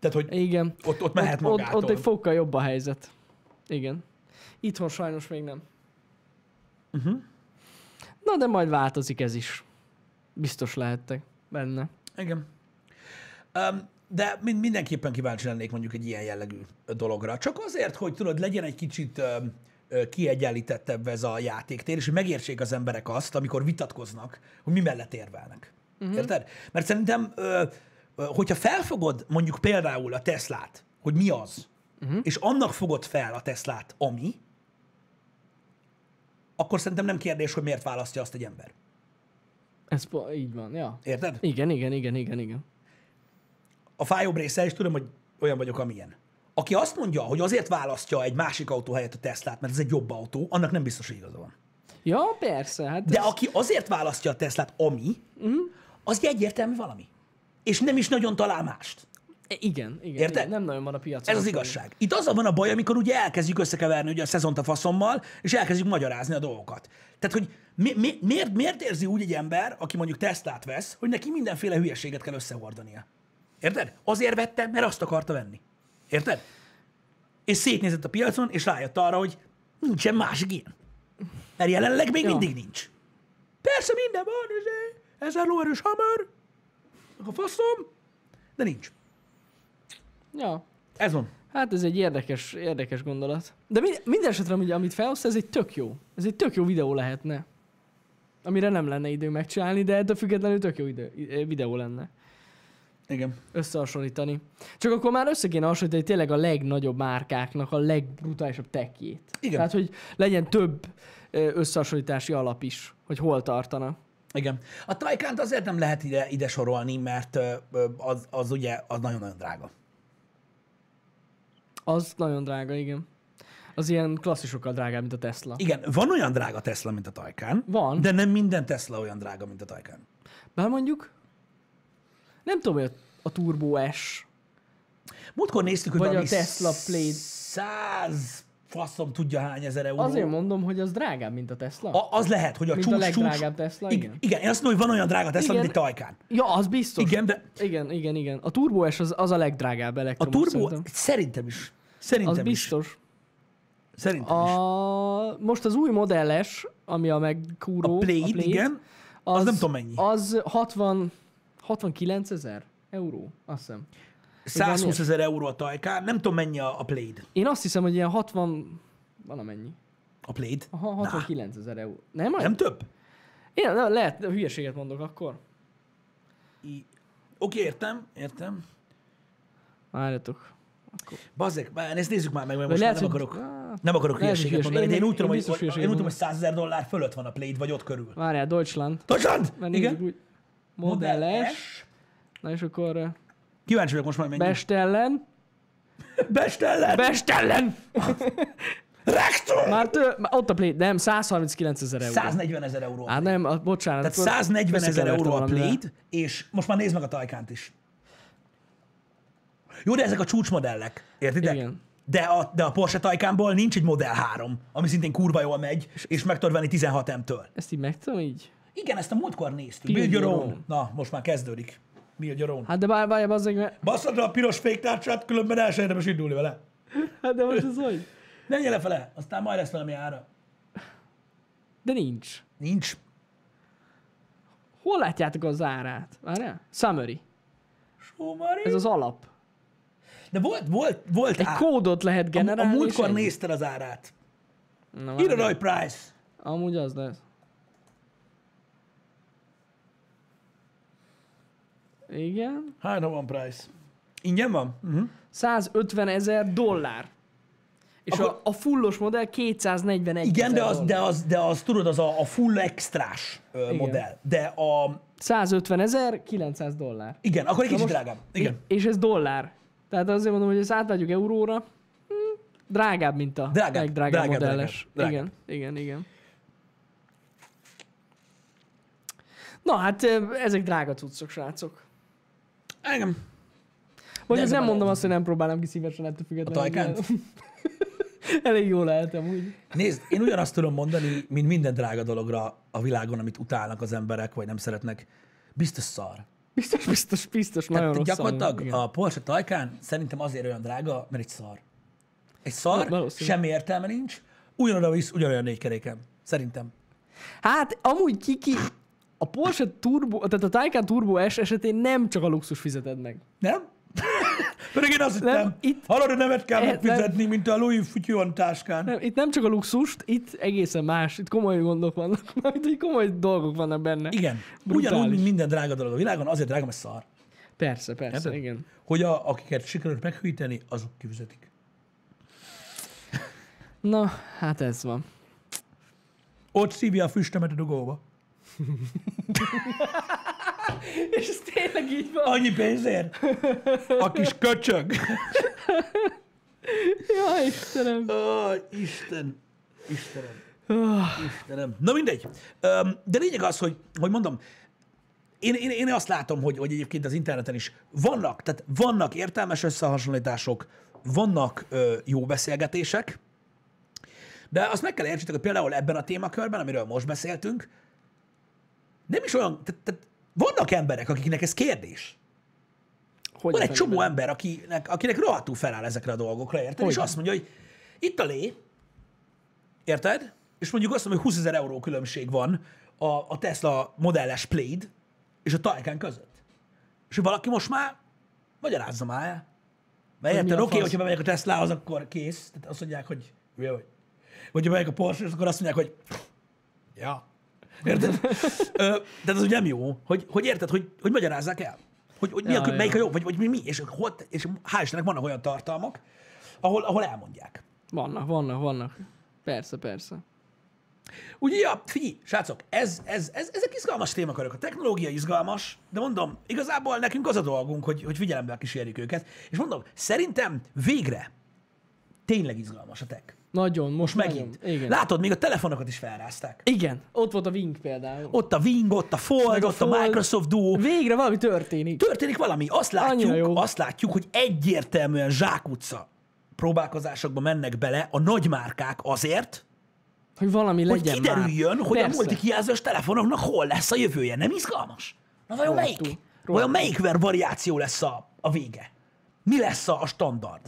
S1: Tehát, hogy
S2: Igen.
S1: ott, ott mehet
S2: ott, ott,
S1: magától.
S2: ott egy fokkal jobb a helyzet. Igen. Itthon sajnos még nem. Uh-huh.
S1: Mhm.
S2: Na, de majd változik ez is. Biztos lehettek benne.
S1: Igen. Um, de mind- mindenképpen kíváncsi lennék mondjuk egy ilyen jellegű dologra. Csak azért, hogy tudod, legyen egy kicsit ö, ö, kiegyenlítettebb ez a játéktér, és hogy megértsék az emberek azt, amikor vitatkoznak, hogy mi mellett érvelnek. Uh-huh. Érted? Mert szerintem, ö, ö, hogyha felfogod mondjuk például a Teslát, hogy mi az, uh-huh. és annak fogod fel a Teslát, ami, akkor szerintem nem kérdés, hogy miért választja azt egy ember.
S2: Ez po- így van, ja.
S1: Érted?
S2: Igen, igen, igen, igen, igen.
S1: a fájóbb része is tudom, hogy olyan vagyok, amilyen. Aki azt mondja, hogy azért választja egy másik autó helyett a Teslát, mert ez egy jobb autó, annak nem biztos, hogy igaza van.
S2: Ja, persze, hát
S1: De aki azért választja a Teslát, ami, az egy egyértelmű valami. És nem is nagyon talál mást.
S2: e, igen, igen,
S1: Érted?
S2: igen. Nem nagyon van a piacon.
S1: Ez az igazság. Itt azzal van a baj, amikor ugye elkezdjük összekeverni ugye a szezont a faszommal, és elkezdjük magyarázni a dolgokat. Tehát, hogy mi, mi, miért, miért érzi úgy egy ember, aki mondjuk Teslát vesz, hogy neki mindenféle hülyeséget kell összehordania? Érted? Azért vette, mert azt akarta venni. Érted? És szétnézett a piacon, és rájött arra, hogy nincsen másik ilyen. Mert jelenleg még ja.
S2: Ja.
S1: mindig nincs. Persze minden van, ez ezer lóerős hamar, a faszom, de nincs.
S2: Ja.
S1: Ez van.
S2: Hát ez egy érdekes, érdekes gondolat. De mind, minden esetre, ugye, amit felhozta, ez egy tök jó. Ez egy tök jó videó lehetne. Amire nem lenne idő megcsinálni, de ettől függetlenül tök jó idő, i- videó lenne
S1: Igen.
S2: összehasonlítani. Csak akkor már össze kéne hasonlítani tényleg a legnagyobb márkáknak a legbrutálisabb tekjét.
S1: Igen.
S2: Tehát, hogy legyen több ö, összehasonlítási alap is, hogy hol tartana.
S1: Igen. A Taycant azért nem lehet ide, ide sorolni, mert ö, ö, az, az ugye az nagyon-nagyon drága.
S2: Az nagyon drága, igen. Az ilyen klasszisokkal drágább, mint a Tesla.
S1: Igen, van olyan drága Tesla, mint a Taycan.
S2: Van.
S1: De nem minden Tesla olyan drága, mint a Taycan.
S2: Bár mondjuk, nem tudom, hogy a, a Turbo S.
S1: Múltkor néztük, hogy
S2: Vagy a
S1: valami
S2: Tesla Plaid.
S1: Száz faszom tudja hány ezer euró.
S2: Azért mondom, hogy az drágább, mint a Tesla.
S1: a, az lehet, hogy a
S2: Mint a
S1: csúcs,
S2: legdrágább
S1: csúcs...
S2: Tesla,
S1: igen.
S2: igen.
S1: igen. én azt mondom, hogy van olyan drága Tesla,
S2: Igen.
S1: mint egy Taycan.
S2: Ja, az biztos.
S1: Igen, de
S2: Igen, igen, igen. A Turbo S az, az a legdrágább
S1: a
S2: elektromos.
S1: turbo
S2: szerintem.
S1: szerintem is.
S2: Az
S1: Szerintem is.
S2: biztos.
S1: Szerintem is.
S2: A... Most az új modelles, ami a megkúró.
S1: A Plaid, igen. Az nem tudom mennyi.
S2: Az 60, 69 ezer euró, azt hiszem.
S1: 120 ezer euró a Taycan, nem tudom mennyi a, a Plaid.
S2: Én azt hiszem, hogy ilyen 60, valamennyi.
S1: A Plaid?
S2: Aha,
S1: Na,
S2: 69 ezer euró. Nem, nem?
S1: nem több?
S2: Én, nem, lehet, hülyeséget mondok akkor.
S1: I- Oké, értem, értem.
S2: Várjatok.
S1: Bazzek, már ezt nézzük már meg, mert
S2: Vagy
S1: most
S2: lehet,
S1: lehet, nem
S2: hogy-
S1: akarok,
S2: Hát,
S1: nem akarok
S2: lehet, hogy
S1: hülyeséget
S2: hülyes-
S1: mondani,
S2: én-
S1: de én
S2: én
S1: úgy tudom, hogy,
S2: biztos
S1: én úgy
S2: hülyeséget
S1: tudom, hogy 100 ezer dollár fölött van a Plaid, vagy ott körül.
S2: Várjál, Deutschland.
S1: Tocsand!
S2: Mert nézzük
S1: Igen?
S2: úgy. Modell S.
S1: S.
S2: Na és akkor ö,
S1: Kíváncsi vagyok most már mennyi. Best,
S2: Best ellen.
S1: Best ellen!
S2: Best ellen!
S1: Rektor!
S2: Már tő, már ott a Plaid, nem, 139 ezer euró.
S1: 140 ezer euró.
S2: Hát nem, a, bocsánat.
S1: Tehát
S2: akkor
S1: 140 ezer
S2: összekevertem
S1: euró a
S2: valamivel.
S1: Plaid, és most már nézd meg a Taycant is. Jó, de ezek a csúcsmodellek, értitek?
S2: Igen.
S1: De a, de a Porsche Taycanból nincs egy Model 3, ami szintén kurva jól megy, és meg tudod venni 16 M-től.
S2: Ezt így meg tudom így?
S1: Igen, ezt a múltkor néztük.
S2: Build
S1: Build your
S2: your
S1: own.
S2: own.
S1: Na, most már kezdődik. Build your own.
S2: Hát de bár, bárjában azért, mert...
S1: Basszad rá a piros féktárcsát, különben el sem érdemes indulni vele.
S2: Hát de most ez hogy?
S1: Menjél lefele, aztán majd lesz valami ára.
S2: De nincs.
S1: Nincs.
S2: Hol látjátok az árát? Várjál? Summary.
S1: Sumari.
S2: Ez az alap.
S1: De volt, volt, volt
S2: Egy
S1: ár.
S2: kódot lehet
S1: A, a
S2: generálni. és
S1: múltkor
S2: ennyi.
S1: nézted az árát.
S2: Na, várjál.
S1: Irodai price.
S2: Amúgy az lesz. Igen.
S1: Hányra van price? Ingyen van?
S2: Mhm.
S1: Uh-huh.
S2: 150 ezer dollár. És
S1: Akkor-
S2: a, a fullos modell 241
S1: Igen,
S2: ezer
S1: de az,
S2: dollár.
S1: de, az, de az, tudod, az a, a full extrás ö, modell. De a...
S2: 150 ezer, 900 dollár.
S1: Igen, akkor egy kicsit
S2: most-
S1: drágább. Igen.
S2: És ez dollár. Tehát azért mondom, hogy ezt átvegyük euróra, hm, drágább, mint a
S1: Drágább,
S2: legdrágább
S1: drágább,
S2: modelles.
S1: drágább, drágább.
S2: Igen, igen, igen. Na hát ö, ezek drága cuccok, srácok.
S1: Igen.
S2: Vagy
S1: De
S2: ez
S1: ez
S2: nem
S1: a-
S2: mondom azt, hogy nem próbálom ki szívesen ettől függetlenül.
S1: Taycant?
S2: Elég jól lehetem úgy.
S1: Nézd, én ugyanazt tudom mondani, mint minden drága dologra a világon, amit utálnak az emberek, vagy nem szeretnek. Biztos szar.
S2: Biztos, biztos, biztos, nagyon
S1: Tehát
S2: rossz.
S1: gyakorlatilag
S2: szar.
S1: a Porsche Taycan szerintem azért olyan drága, mert egy szar. Egy szar,
S2: Val- valószínű.
S1: semmi értelme nincs, ugyanoda visz, ugyanolyan négy keréken. Szerintem.
S2: Hát amúgy kiki, a Porsche Turbo, tehát a Taycan Turbo S esetén nem csak a luxus fizeted meg.
S1: Nem? Pedig én azt hittem,
S2: itt-
S1: hallod, hogy nevet kell
S2: Eh,
S1: megfizetni, mint a Louis Futyon táskán.
S2: Nem, itt nem csak a luxust, itt egészen más, itt komoly gondok vannak, itt így komoly dolgok vannak benne.
S1: Igen. Ugyanúgy,
S2: Brutális.
S1: mint minden drága dolog a világon, azért drága, mert szar.
S2: Persze, persze,
S1: Érted?
S2: igen.
S1: Hogy a, akiket sikerült meghűíteni, azok kifizetik.
S2: Na, hát ez van.
S1: Ott szívja a füstömet a dugóba.
S2: És ez tényleg így van.
S1: Annyi pénzért? A kis köcsög.
S2: Ja, Istenem.
S1: Ó, Isten. Istenem. Istenem. Na mindegy. Öm, De lényeg az, hogy, hogy mondom, én, én, én azt látom, hogy, hogy egyébként az interneten is vannak, tehát vannak értelmes összehasonlítások, vannak ö, jó beszélgetések, de azt meg kell értsétek, hogy például ebben a témakörben, amiről most beszéltünk, nem is olyan, tehát, tehát vannak emberek, akiknek ez kérdés.
S2: Hogy
S1: Van egy
S2: a
S1: csomó
S2: fenében?
S1: ember, akinek, akinek rohadtul feláll ezekre a dolgokra, érted? És
S2: Hogyne.
S1: azt mondja, hogy itt a lé, érted? És mondjuk azt mondom, hogy 20 ezer euró különbség van a, a Tesla modelles Plaid és a Taycan között. És valaki most már magyarázza már el. Mert
S2: Hogy mi
S1: érted,
S2: a
S1: oké, okay,
S2: fasz?
S1: hogyha bemegyek a Teslahoz, akkor kész. Tehát azt mondják, hogy hülye vagy. Vagy ha bemegyek a porsche akkor azt mondják, hogy ja. Érted? Ö, de az ugye nem jó, hogy, hogy érted, hogy, hogy magyarázzák el. Hogy, hogy mi
S2: Ja,
S1: a,
S2: ja.
S1: melyik a jó, vagy, vagy mi, mi, és, hol, és hál' Istennek vannak olyan tartalmak, ahol, ahol elmondják.
S2: Vannak, vannak, vannak. Persze, persze.
S1: Ugye, ja, figyelj, srácok, ez, ez, ez, ezek izgalmas témakörök. A technológia izgalmas, de mondom, igazából nekünk az a dolgunk, hogy, hogy figyelembe kísérjük őket. És mondom, szerintem végre tényleg izgalmas a tech.
S2: Nagyon, most
S1: Megint.
S2: Nagyon. Igen.
S1: Látod, még a telefonokat is felrázták.
S2: igen, ott volt a Wing például.
S1: Ott a Wing, ott a Fold,
S2: Meg a
S1: ott a
S2: Fold.
S1: Microsoft Duo.
S2: Végre valami történik.
S1: történik valami. Azt
S2: Annyira
S1: látjuk,
S2: jó.
S1: azt látjuk hogy egyértelműen zsákutca próbálkozásokba mennek bele a nagymárkák azért,
S2: Hogy valami
S1: hogy
S2: legyen
S1: kiderüljön,
S2: már.
S1: hogy
S2: Persze.
S1: a multikijelzős telefonoknak hol lesz a jövője. Nem izgalmas? Na vajon
S2: Rohadtul.
S1: melyik? Vajon
S2: Rohadtul.
S1: melyik ver variáció lesz a, a vége? Mi lesz a, a standard?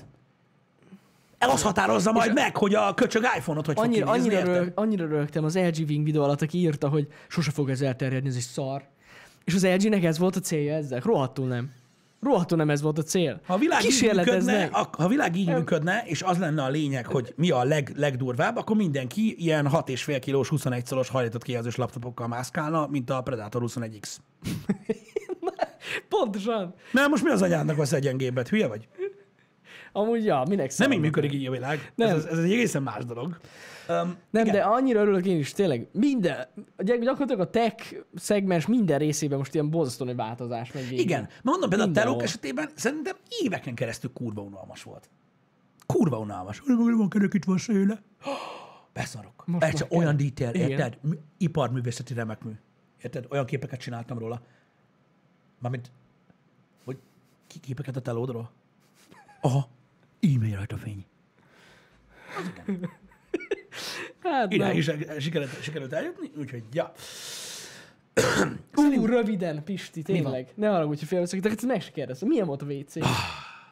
S1: El azt határozza majd meg, hogy a köcsög iPhone-ot hogy
S2: Annyira,
S1: fog kinézni,
S2: annyira,
S1: érted?
S2: rög, annyira rögtem az LG Wing videó alatt, aki írta, hogy sose fog ez elterjedni, ez egy szar. És az LG-nek ez volt a célja ezzel. Rohadtul nem. Rohadtul nem ez volt a cél.
S1: Ha a világ így működne,
S2: Kísérleteznek.
S1: ak- ha a világ így működne, és az lenne a lényeg, hogy mi a leg, legdurvább, akkor mindenki ilyen 6,5 kilós, 21 szoros hajlított kijelzős laptopokkal mászkálna, mint a Predator 21X.
S2: Pontosan.
S1: Na most mi az anyádnak vesz egy gyengébbet? Hülye vagy?
S2: Amúgy, ja, minek
S1: Nem így
S2: szarnak.
S1: működik így a világ.
S2: Nem.
S1: Ez, ez egy egészen más dolog. Um,
S2: Nem, de annyira örülök én is, tényleg. Minden, gyak- gyakorlatilag a tech szegmens minden részében most ilyen borzasztó nagy változás megy végig.
S1: Igen. Mondom, például a
S2: Mindenhol.
S1: telók esetében szerintem éveken keresztül kurva unalmas volt. Kurva unalmas. Hogy van kerekítve a széle? Beszarok.
S2: Most
S1: Ez
S2: már kell.
S1: olyan detail,
S2: Igen.
S1: érted? Mi- Iparművészeti remekmű. Érted? Olyan képeket csináltam róla. Mármint, hogy ki képeket a telódról? Aha, így megy rajta a fény.
S2: Hát
S1: Irány
S2: nem.
S1: is el- sikerült, sikerült eljutni, úgyhogy ja.
S2: Ú, röviden, Pisti, tényleg. Ne haragudj, hogy félbeszakítok, ezt meg se kérdeztem. Milyen volt a WC?
S1: Ah.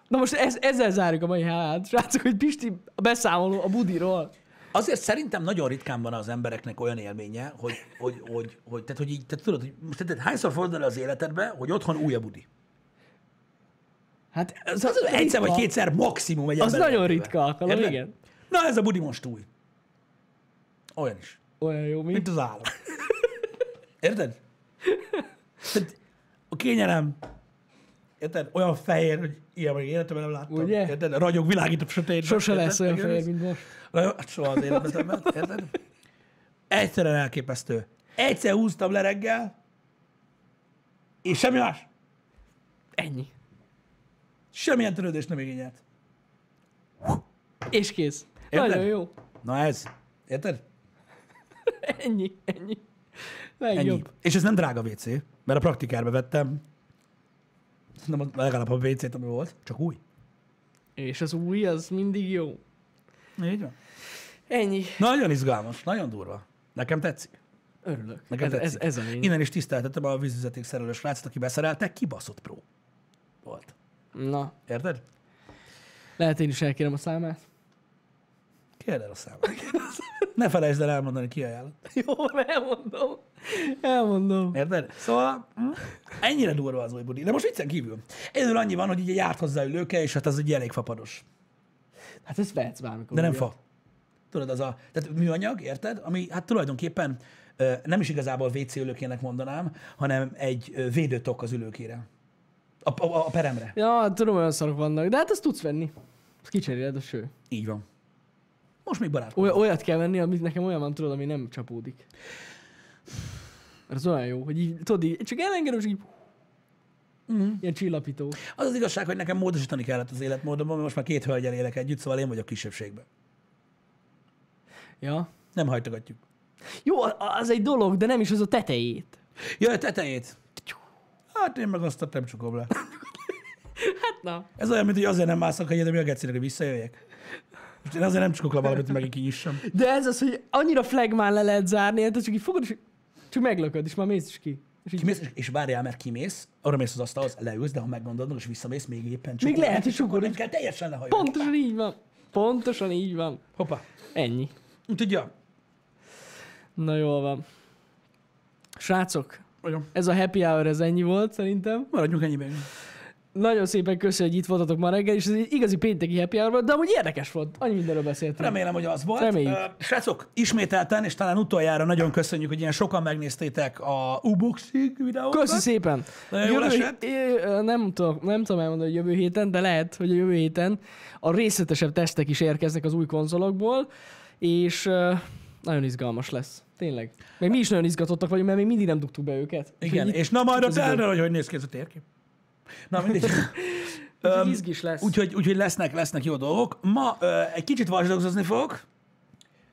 S2: Na most ez, ezzel zárjuk a mai hát, srácok, hogy Pisti a beszámoló a budiról.
S1: Azért szerintem nagyon ritkán van az embereknek olyan élménye, hogy, hogy, hogy, hogy, tehát, hogy így, tehát tudod, hogy most tehát, hányszor fordul elő az életedbe, hogy otthon új a budi?
S2: Hát
S1: Ez az, az egyszer vagy kétszer maximum egy
S2: Az
S1: ember
S2: nagyon
S1: életében.
S2: ritka alkalom,
S1: Érted?
S2: igen.
S1: Na ez a budi most új. Olyan is.
S2: Olyan jó, mi?
S1: Mint az állam. Érted? Tehát a kényelem, érted? Olyan fehér, hogy ilyen még életemben nem láttam.
S2: Ugye?
S1: Érted? Ragyog, világít a sötét.
S2: Sose lesz olyan
S1: Érted?
S2: fehér, mint most.
S1: Na, hát soha az életemben, érted? Egyszerűen elképesztő. Egyszer húztam le reggel, és semmi más.
S2: Ennyi.
S1: Semmilyen törődést nem igényelt.
S2: És kész.
S1: Érted?
S2: Nagyon jó.
S1: Na ez, érted?
S2: Ennyi, ennyi.
S1: Ennyi.
S2: Legjobb.
S1: És ez nem drága WC, mert a praktikárba vettem. Nem az- legalább a WC-t, ami volt, csak új.
S2: És az új, az mindig jó.
S1: Így van.
S2: Ennyi.
S1: Nagyon izgalmas, nagyon durva. Nekem tetszik.
S2: Örülök.
S1: Nekem
S2: Ez, ez,
S1: tetszik.
S2: ez a lényeg.
S1: Innen is tiszteltetem a vízvezeték szerelő srácot, aki beszerelte, kibaszott pró volt.
S2: Na,
S1: Érted?
S2: lehet én is elkérem a számát.
S1: Kérd el a számát. Ne felejtsd el elmondani, ki ajánlott.
S2: Jó, elmondom. Elmondom.
S1: Érted? Szóval hm, ennyire durva az új budi. De most viccen kívül. Egyedül annyi van, hogy így járt hozzá ülőke, és hát az egy elég fapados.
S2: Hát ezt vehetsz bármikor.
S1: De nem
S2: ugye.
S1: fa. Tudod, az a tehát műanyag, érted? Ami hát tulajdonképpen ö, nem is igazából WC ülőkének mondanám, hanem egy ö, védőtok az ülőkére. A, a, a peremre.
S2: Ja, tudom, olyan szarok vannak, de hát ezt tudsz venni. Ezt kicseréled a ső.
S1: Így van. Most még barát.
S2: Oly- olyat kell venni, amit nekem olyan van, tudod, ami nem csapódik. Mert az olyan jó, hogy így, tudod, így, csak elengedem, és így...
S1: Mhm.
S2: Ilyen csillapító.
S1: Az az igazság, hogy nekem módosítani kellett az életmódomban, mert most már két hölgyel élek együtt, szóval én vagyok kisebbségben.
S2: Ja.
S1: Nem hajtogatjuk.
S2: Jó, a- az egy dolog, de nem is az a tetejét.
S1: Jaj, a tetejét. Hát én meg azt nem csukom le.
S2: Hát na.
S1: Ez olyan, mint hogy azért nem mászok a egyedül, a gecinek, hogy visszajöjjek. Most én azért nem csukok le valamit, hogy megint kinyissam.
S2: De ez az, hogy annyira flagmán le lehet zárni, hát csak így fogod, és csak meglököd, és már mész is ki. És így,
S1: Kimész, és- és várjál, mert kimész, arra mész az asztalhoz, leülsz, de ha meggondolod, meg, és visszamész, még éppen csukod.
S2: lehet, hogy
S1: csukod, nem kell teljesen lehajolni.
S2: pontosan így van. Pontosan így van.
S1: Hoppá.
S2: Ennyi.
S1: Tudja?
S2: Na jól van. Srácok,
S1: Vagyom.
S2: ez a happy hour, ez ennyi volt szerintem.
S1: Maradjunk ennyiben.
S2: Nagyon szépen köszönjük, hogy itt voltatok ma reggel, és ez egy igazi pénteki happy hour volt, de amúgy érdekes volt, annyi mindenről beszéltünk.
S1: Remélem, hogy az volt.
S2: Reméljük.
S1: Ö, Srácok, ismételten, és talán utoljára nagyon köszönjük, hogy ilyen sokan megnéztétek a U-Boxing videókat.
S2: Köszi szépen!
S1: Nagyon jól
S2: Jövő-
S1: esett.
S2: é- ö, nem, tudom, nem tudom elmondani, hogy jövő héten, de lehet, hogy a jövő héten a részletesebb tesztek is érkeznek az új konzolokból, és ö, nagyon izgalmas lesz. Tényleg. Meg mi is nagyon izgatottak vagyunk, mert még mindig nem dugtuk be őket.
S1: Igen, és na majd ott
S2: az idő.
S1: elről, hogy hogy néz ki ez a térkép. Na mindegy. Öm,
S2: Um, izgis lesz.
S1: Úgyhogy, úgyhogy lesznek, lesznek jó dolgok. Ma ö, egy kicsit vazsdogozni fogok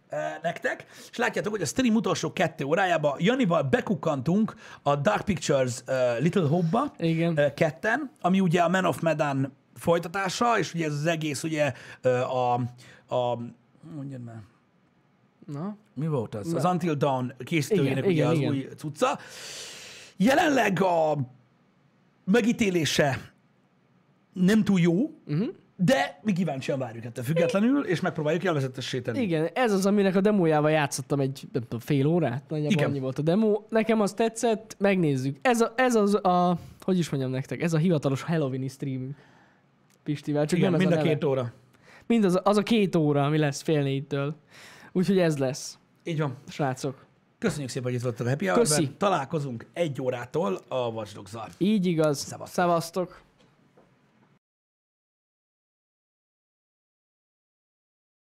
S1: ö, nektek, és látjátok, hogy a stream utolsó kettő órájába Janival bekukkantunk a Dark Pictures ö, Little Hope-ba
S2: Igen.
S1: ö, ketten, ami ugye a Man of Medan folytatása, és ugye ez az egész ugye ö, a, a mondjad már,
S2: Na.
S1: mi volt az? Az Until Dawn készítőjének ugye
S2: Igen, igen,
S1: az
S2: igen.
S1: új cucca. Jelenleg a megítélése nem túl jó,
S2: Mhm.
S1: uh-huh. de mi kíváncsian várjuk ettől függetlenül, és megpróbáljuk jelvezetessé tenni.
S2: Igen, ez az, aminek a demójával játszottam egy, nem tudom, fél órát, nagyjából
S1: Igen.
S2: Igen. annyi volt a demo. Nekem az tetszett, megnézzük. Ez, a, ez az a, hogy is mondjam nektek, ez a hivatalos Halloween stream Pistivel, csak
S1: Igen,
S2: nem ez
S1: mind
S2: a,
S1: a
S2: neve.
S1: két óra.
S2: Mind az, az a két óra, ami lesz fél négytől. Úgyhogy ez lesz,
S1: Így van.
S2: srácok.
S1: Köszönjük szépen, hogy itt voltatok a Happy Hour-ben.
S2: Köszi.
S1: Találkozunk egy órától a Watch Dogs-zal.
S2: Így igaz.
S1: Szevasztok.
S2: Szevasztok.